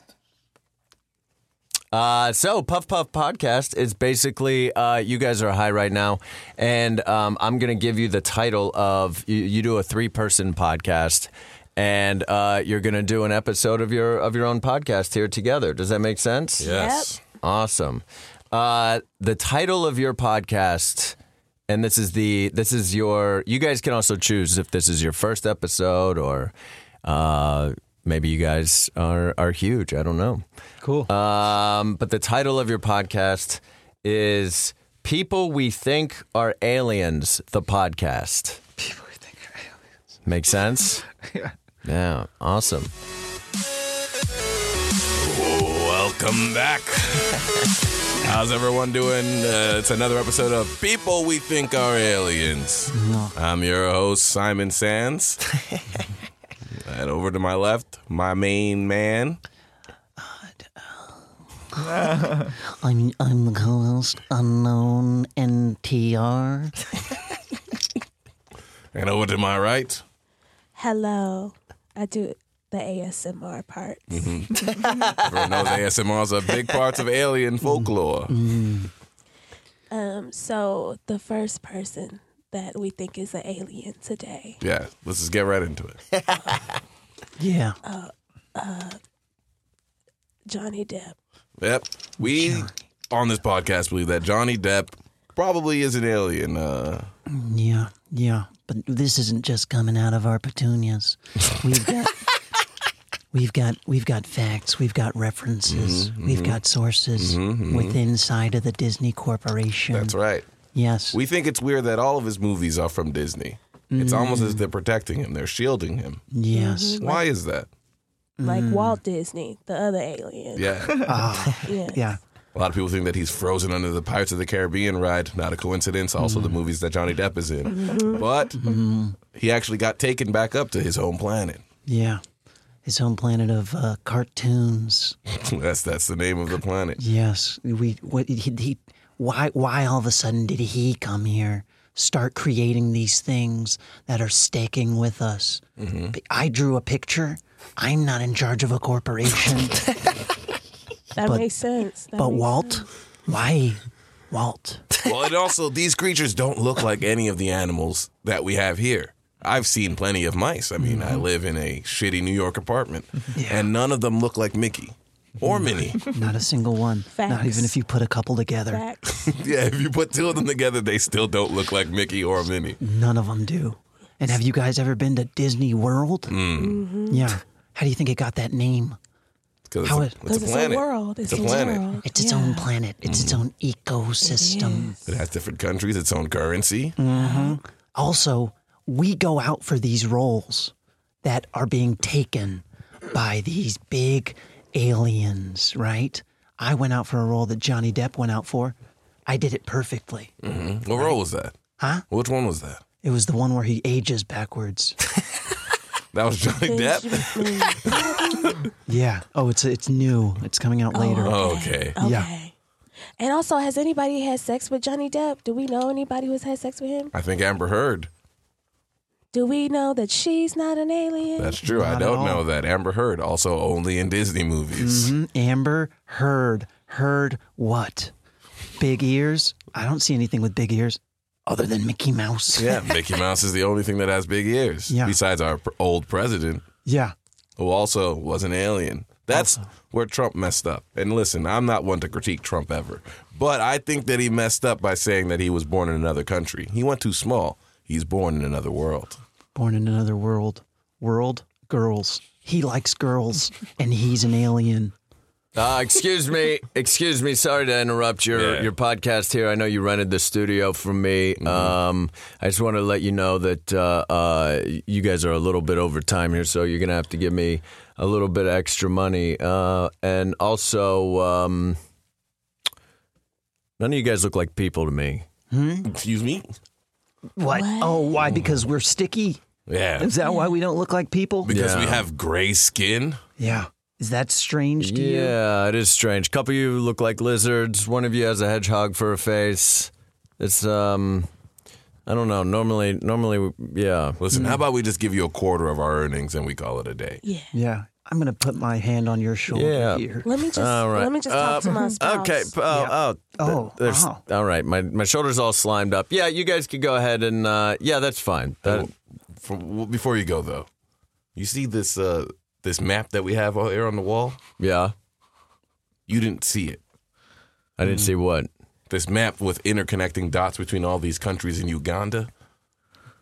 Speaker 2: Uh, so Puff Puff Podcast is basically uh, you guys are high right now, and um, I'm gonna give you the title of you, you do a three person podcast, and uh, you're gonna do an episode of your of your own podcast here together. Does that make sense?
Speaker 5: Yes.
Speaker 2: Awesome. Uh, the title of your podcast, and this is the this is your. You guys can also choose if this is your first episode or uh, maybe you guys are are huge. I don't know.
Speaker 7: Cool.
Speaker 2: Um, but the title of your podcast is "People We Think Are Aliens." The podcast.
Speaker 7: People who think they're aliens.
Speaker 2: Make sense?
Speaker 7: Yeah.
Speaker 2: Yeah. Awesome.
Speaker 5: Welcome back. How's everyone doing? Uh, it's another episode of People We Think Are Aliens. I'm your host, Simon Sands. and over to my left, my main man.
Speaker 11: I'm I'm the co-host, unknown NTR.
Speaker 5: And over to my right,
Speaker 1: Hello. I do the ASMR part.
Speaker 5: Mm-hmm. everyone knows ASMRs are big parts of alien folklore.
Speaker 1: Mm-hmm. Um, so the first person that we think is an alien today.
Speaker 5: Yeah, let's just get right into it.
Speaker 11: Yeah.
Speaker 1: Uh, Johnny Depp.
Speaker 5: Yep. We, on this podcast, believe that Johnny Depp probably is an alien. Uh,
Speaker 11: Yeah. Yeah. But this isn't just coming out of our petunias. We've got We've got we've got facts, we've got references, we've got sources within side of the Disney Corporation.
Speaker 5: that's right.
Speaker 11: Yes.
Speaker 5: We think it's weird that all of his movies are from Disney. It's almost as they're protecting him, they're shielding him.
Speaker 11: yes.
Speaker 5: Why is that?
Speaker 1: Like Walt Disney, the other alien.
Speaker 5: Yeah.
Speaker 1: Yeah.
Speaker 11: Yeah.
Speaker 5: a lot of people think that he's frozen under the Pirates of the Caribbean ride. Not a coincidence. Also, the movies that Johnny Depp is in. But he actually got taken back up to his home planet.
Speaker 11: Yeah. His home planet of uh, cartoons.
Speaker 5: that's that's the name of the planet.
Speaker 11: Yes, we. What he, he? Why? Why all of a sudden did he come here? Start creating these things that are sticking with us.
Speaker 5: Mm-hmm.
Speaker 11: I drew a picture. I'm not in charge of a corporation,
Speaker 1: That makes sense. That
Speaker 11: but
Speaker 1: makes
Speaker 11: Walt. Why, Walt?
Speaker 5: Well, and also these creatures don't look like any of the animals that we have here. I've seen plenty of mice. I mean,
Speaker 11: Mm-hmm.
Speaker 5: I live in a shitty New York apartment, and none of them look like Mickey or Minnie.
Speaker 11: Mm-hmm. Not a single one. Not
Speaker 1: Facts.
Speaker 11: even if you put a couple together.
Speaker 1: facts.
Speaker 5: yeah, if you put two of them together, they still don't look like Mickey or Minnie.
Speaker 11: None of them do. And have you guys ever been to Disney World?
Speaker 5: Mm.
Speaker 11: Yeah. How do you think it got that name?
Speaker 5: 'Cause
Speaker 11: How
Speaker 5: Mm-hmm. it's
Speaker 11: is-
Speaker 5: a, it's a
Speaker 1: it's
Speaker 5: planet.
Speaker 1: a world. It's,
Speaker 5: It's a
Speaker 1: a,
Speaker 5: planet.
Speaker 1: world.
Speaker 11: It's its
Speaker 1: Yeah.
Speaker 11: own planet.
Speaker 5: Mm-hmm.
Speaker 11: It's its own ecosystem.
Speaker 5: It has different countries, its own currency.
Speaker 11: also we go out for these roles that are being taken by these big aliens, right? I went out for a role that Johnny Depp went out for. I did it perfectly.
Speaker 5: What role was that?
Speaker 11: Mm-hmm. Huh?
Speaker 5: Which one was that?
Speaker 11: It was the one where he ages backwards.
Speaker 5: That was Johnny Depp.
Speaker 1: Benjamin.
Speaker 11: yeah. Oh, it's it's new. It's coming out later.
Speaker 5: Oh, okay.
Speaker 1: okay.
Speaker 11: Yeah.
Speaker 1: And also, has anybody had sex with Johnny Depp? Do we know anybody who's had sex with him?
Speaker 5: I think Amber Heard.
Speaker 1: Do we know that she's not an alien?
Speaker 5: That's true. I
Speaker 11: Not at
Speaker 5: don't
Speaker 11: all.
Speaker 5: know that Amber Heard also only in Disney movies.
Speaker 11: Mm, Amber Heard. Heard what? Big ears? I don't see anything with big ears other than Mickey Mouse.
Speaker 5: Yeah, Mickey Mouse is the only thing that has big ears.
Speaker 11: Yeah.
Speaker 5: Besides our pr- old president,
Speaker 11: yeah.
Speaker 5: who also was an alien. That's where Trump messed up. And listen, I'm not one to critique Trump ever, but I think that he messed up by saying that he was born in another country. He went too small. He's born in another world.
Speaker 11: born in another world. World girls. He likes girls, and he's an alien.
Speaker 2: Uh, excuse me, excuse me. Sorry to interrupt your,
Speaker 5: Yeah.
Speaker 2: your podcast here. I know you rented the studio from me. Um, I just want to let you know that uh, uh, you guys are a little bit over time here, so you're gonna have to give me a little bit of extra money. Uh, and also, um, none of you guys look like people to me.
Speaker 11: Hmm?
Speaker 5: Excuse me.
Speaker 11: What? Oh, why? Because we're sticky.
Speaker 5: Yeah.
Speaker 11: Is that why we don't look like people?
Speaker 5: Because we have gray skin.
Speaker 11: Yeah. Is that strange to you?
Speaker 2: Yeah, it is strange. couple of you look like lizards. One of you has a hedgehog for a face. It's um, I don't know. Normally, normally, yeah.
Speaker 5: Listen, how about we just give you a quarter of our earnings and we call it a day?
Speaker 1: Yeah.
Speaker 11: Yeah. I'm gonna put my hand on your shoulder
Speaker 2: Yeah.
Speaker 11: here.
Speaker 1: Let me just
Speaker 2: All right.
Speaker 1: let me just talk to my
Speaker 2: Uh,
Speaker 1: spouse.
Speaker 2: Okay. p- Oh, oh,
Speaker 11: Oh,
Speaker 2: there's-
Speaker 11: wow.
Speaker 5: Uh-huh.
Speaker 2: all right. My my shoulders all slimed up. Yeah, you guys could go ahead and uh, yeah, that's fine. That,
Speaker 5: For, well, before you go though, you see this uh, this map that we have out here on the wall.
Speaker 2: yeah,
Speaker 5: You didn't see it.
Speaker 2: I
Speaker 5: Mm-hmm.
Speaker 2: didn't see what.
Speaker 5: This map with interconnecting dots between all these countries in Uganda.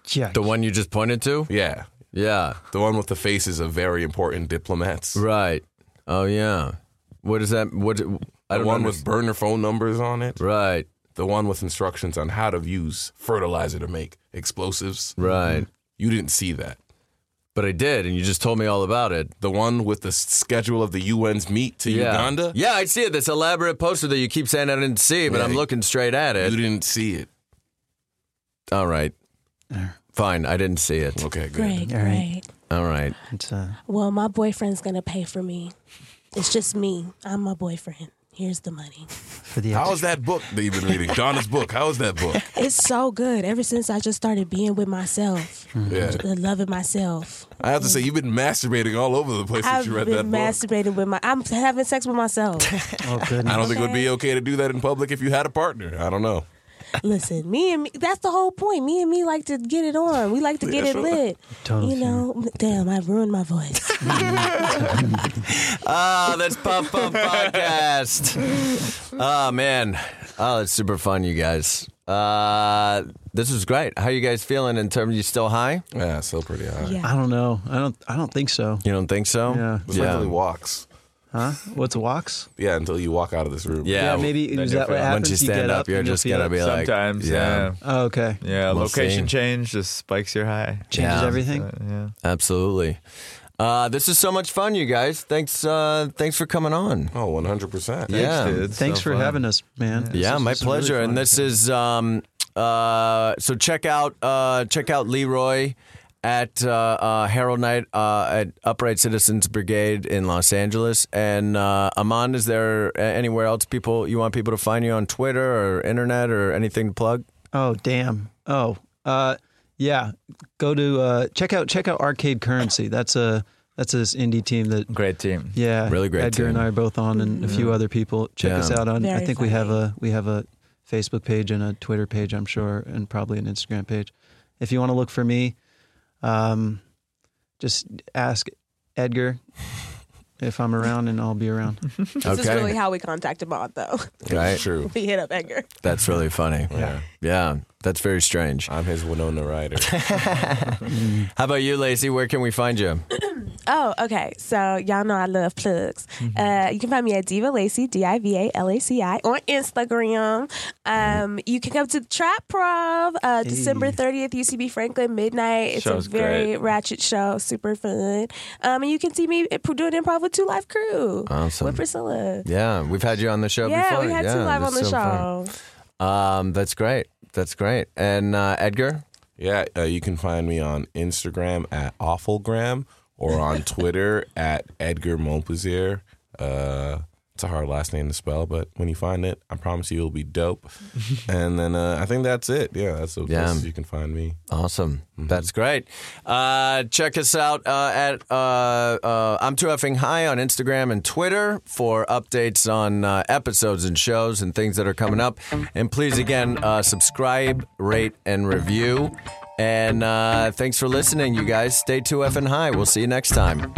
Speaker 11: Yeah.
Speaker 2: The one you just pointed to.
Speaker 5: Yeah,
Speaker 2: Yeah.
Speaker 5: the one with the faces of very important diplomats.
Speaker 2: Right. Oh yeah. What is that? What? I
Speaker 5: The
Speaker 2: don't
Speaker 5: one with
Speaker 2: understand.
Speaker 5: burner phone numbers on it.
Speaker 2: Right.
Speaker 5: The one with instructions on how to use fertilizer to make explosives.
Speaker 2: Right.
Speaker 5: You didn't see that.
Speaker 2: But I did, and you just told me all about it.
Speaker 5: The one with the s- schedule of the UN's meet to
Speaker 2: Yeah.
Speaker 5: Uganda.
Speaker 2: Yeah, I see it. This elaborate poster that you keep saying I didn't see, but
Speaker 5: Yeah,
Speaker 2: I'm
Speaker 5: you-
Speaker 2: looking straight at
Speaker 5: You
Speaker 2: it.
Speaker 5: didn't see it.
Speaker 2: All right. Fine, I didn't see it.
Speaker 5: Okay, good.
Speaker 1: Great,
Speaker 11: All right.
Speaker 1: great.
Speaker 2: All right.
Speaker 11: It's, uh,
Speaker 1: Well, my boyfriend's gonna pay for me. It's just me. I'm my boyfriend. Here's the money.
Speaker 11: for the
Speaker 5: How is that book that you've been reading? Donna's book. How is that book?
Speaker 1: It's so good. Ever since I just started being with myself,
Speaker 5: Yeah.
Speaker 1: loving myself.
Speaker 5: I have to say, you've been masturbating all over the place since
Speaker 1: I've
Speaker 5: you read that
Speaker 1: been
Speaker 5: book.
Speaker 1: masturbating with my. I'm having sex with myself.
Speaker 11: oh
Speaker 5: I
Speaker 11: goodness.
Speaker 5: don't think it would be okay to do that in public if you had a partner. I don't know.
Speaker 1: Listen, me and me. That's the whole point. Me and me like to get it on. We like to get it lit.
Speaker 11: Totally
Speaker 10: Oh,
Speaker 1: You know. Damn, I ruined my voice.
Speaker 2: Ah, that's Pump Pump Podcast. Oh, man. Oh, that's super fun, you guys. Uh, this is great. How you guys feeling in terms you still high?
Speaker 5: Yeah, it's still pretty high.
Speaker 1: yeah.
Speaker 11: I don't know. I don't. I don't think so.
Speaker 2: You don't think so?
Speaker 11: Yeah.
Speaker 5: It's like only walks.
Speaker 11: Huh? What's walks?
Speaker 5: Yeah, until you walk out of this room.
Speaker 2: Yeah,
Speaker 11: Yeah, maybe
Speaker 9: then
Speaker 11: is
Speaker 9: you'll
Speaker 11: that what
Speaker 9: feel it.
Speaker 11: happens?
Speaker 2: Once you stand
Speaker 11: get
Speaker 2: up, you're
Speaker 11: and you'll
Speaker 2: just
Speaker 11: feel
Speaker 2: going to
Speaker 11: it.
Speaker 2: be like.
Speaker 9: Sometimes, yeah.
Speaker 11: Oh, okay.
Speaker 9: Yeah,
Speaker 2: We'll
Speaker 9: location
Speaker 2: see.
Speaker 9: change just spikes your high.
Speaker 11: Changes
Speaker 2: Yeah.
Speaker 11: everything.
Speaker 9: Uh, yeah.
Speaker 2: Absolutely. Uh, this is so much fun, you guys. Thanks, uh, thanks for coming on.
Speaker 5: Oh, 100%.
Speaker 2: yeah.
Speaker 9: dude. It's
Speaker 11: Thanks
Speaker 9: so
Speaker 11: for
Speaker 9: fun.
Speaker 11: having us, man.
Speaker 2: Yeah,
Speaker 11: This
Speaker 2: my
Speaker 11: was really
Speaker 2: pleasure.
Speaker 11: fun.
Speaker 2: and this is um uh so check out uh check out Leroy at uh, uh Harold Knight uh at Upright Citizens Brigade in Los Angeles. And uh Amon, is there a- anywhere else people you want people to find you on Twitter or internet or anything to plug?
Speaker 11: Oh damn. Oh. Uh yeah. Go to uh check out check out Arcade Currency. That's a that's this indie team that
Speaker 10: Great team.
Speaker 11: yeah.
Speaker 2: Really great
Speaker 11: Edgar and
Speaker 2: team.
Speaker 11: I are both on and a few other people. Check
Speaker 2: Yeah.
Speaker 11: us out on I
Speaker 1: Very
Speaker 11: think we have
Speaker 1: funny.
Speaker 11: a we have a Facebook page and a Twitter page, I'm sure, and probably an Instagram page. If you want to look for me, um just ask Edgar if I'm around and I'll be around.
Speaker 1: This is
Speaker 2: Okay.
Speaker 1: really how we contacted Maud, though.
Speaker 2: Right.
Speaker 5: True.
Speaker 1: we hit up Edgar.
Speaker 2: That's really funny.
Speaker 5: Yeah.
Speaker 2: Yeah. That's very strange.
Speaker 5: I'm his Winona Ryder.
Speaker 2: How about you, Lacey? Where can we find you?
Speaker 1: Oh, okay. So y'all know I love plugs.
Speaker 10: Mm-hmm.
Speaker 1: Uh, you can find me at Diva Lacey, D I V A L A C I, on Instagram. Um, you can come to the Trap Prov, uh, December 30th, UCB Franklin, midnight. It's
Speaker 10: Show's
Speaker 1: a very
Speaker 10: great.
Speaker 1: ratchet show, super fun. Um, and you can see me at- doing improv with Two Life Crew
Speaker 10: Uh,
Speaker 2: Awesome.
Speaker 1: with Priscilla.
Speaker 2: Yeah, we've had you on the show
Speaker 1: Yeah,
Speaker 2: before.
Speaker 1: we had Two Live on
Speaker 2: that's
Speaker 1: the
Speaker 2: so fun.
Speaker 1: show.
Speaker 2: Um, that's great. That's great. And uh, Edgar?
Speaker 5: yeah, uh, you can find me on Instagram at Awfulgram or on Twitter at Edgar Montplaisir. Uh, it's a hard last name to spell, but when you find it, I promise you it'll be dope. and then uh, I think that's it. Yeah, that's the
Speaker 2: Yeah.
Speaker 5: places you can find me.
Speaker 2: Awesome. Mm-hmm. That's great. Uh, check us out uh, at uh, uh, I'm Too Effing High on Instagram and Twitter for updates on uh, episodes and shows and things that are coming up. And please, again, uh, subscribe, rate, and review. And uh, thanks for listening, you guys. Stay too effing high. We'll see you next time.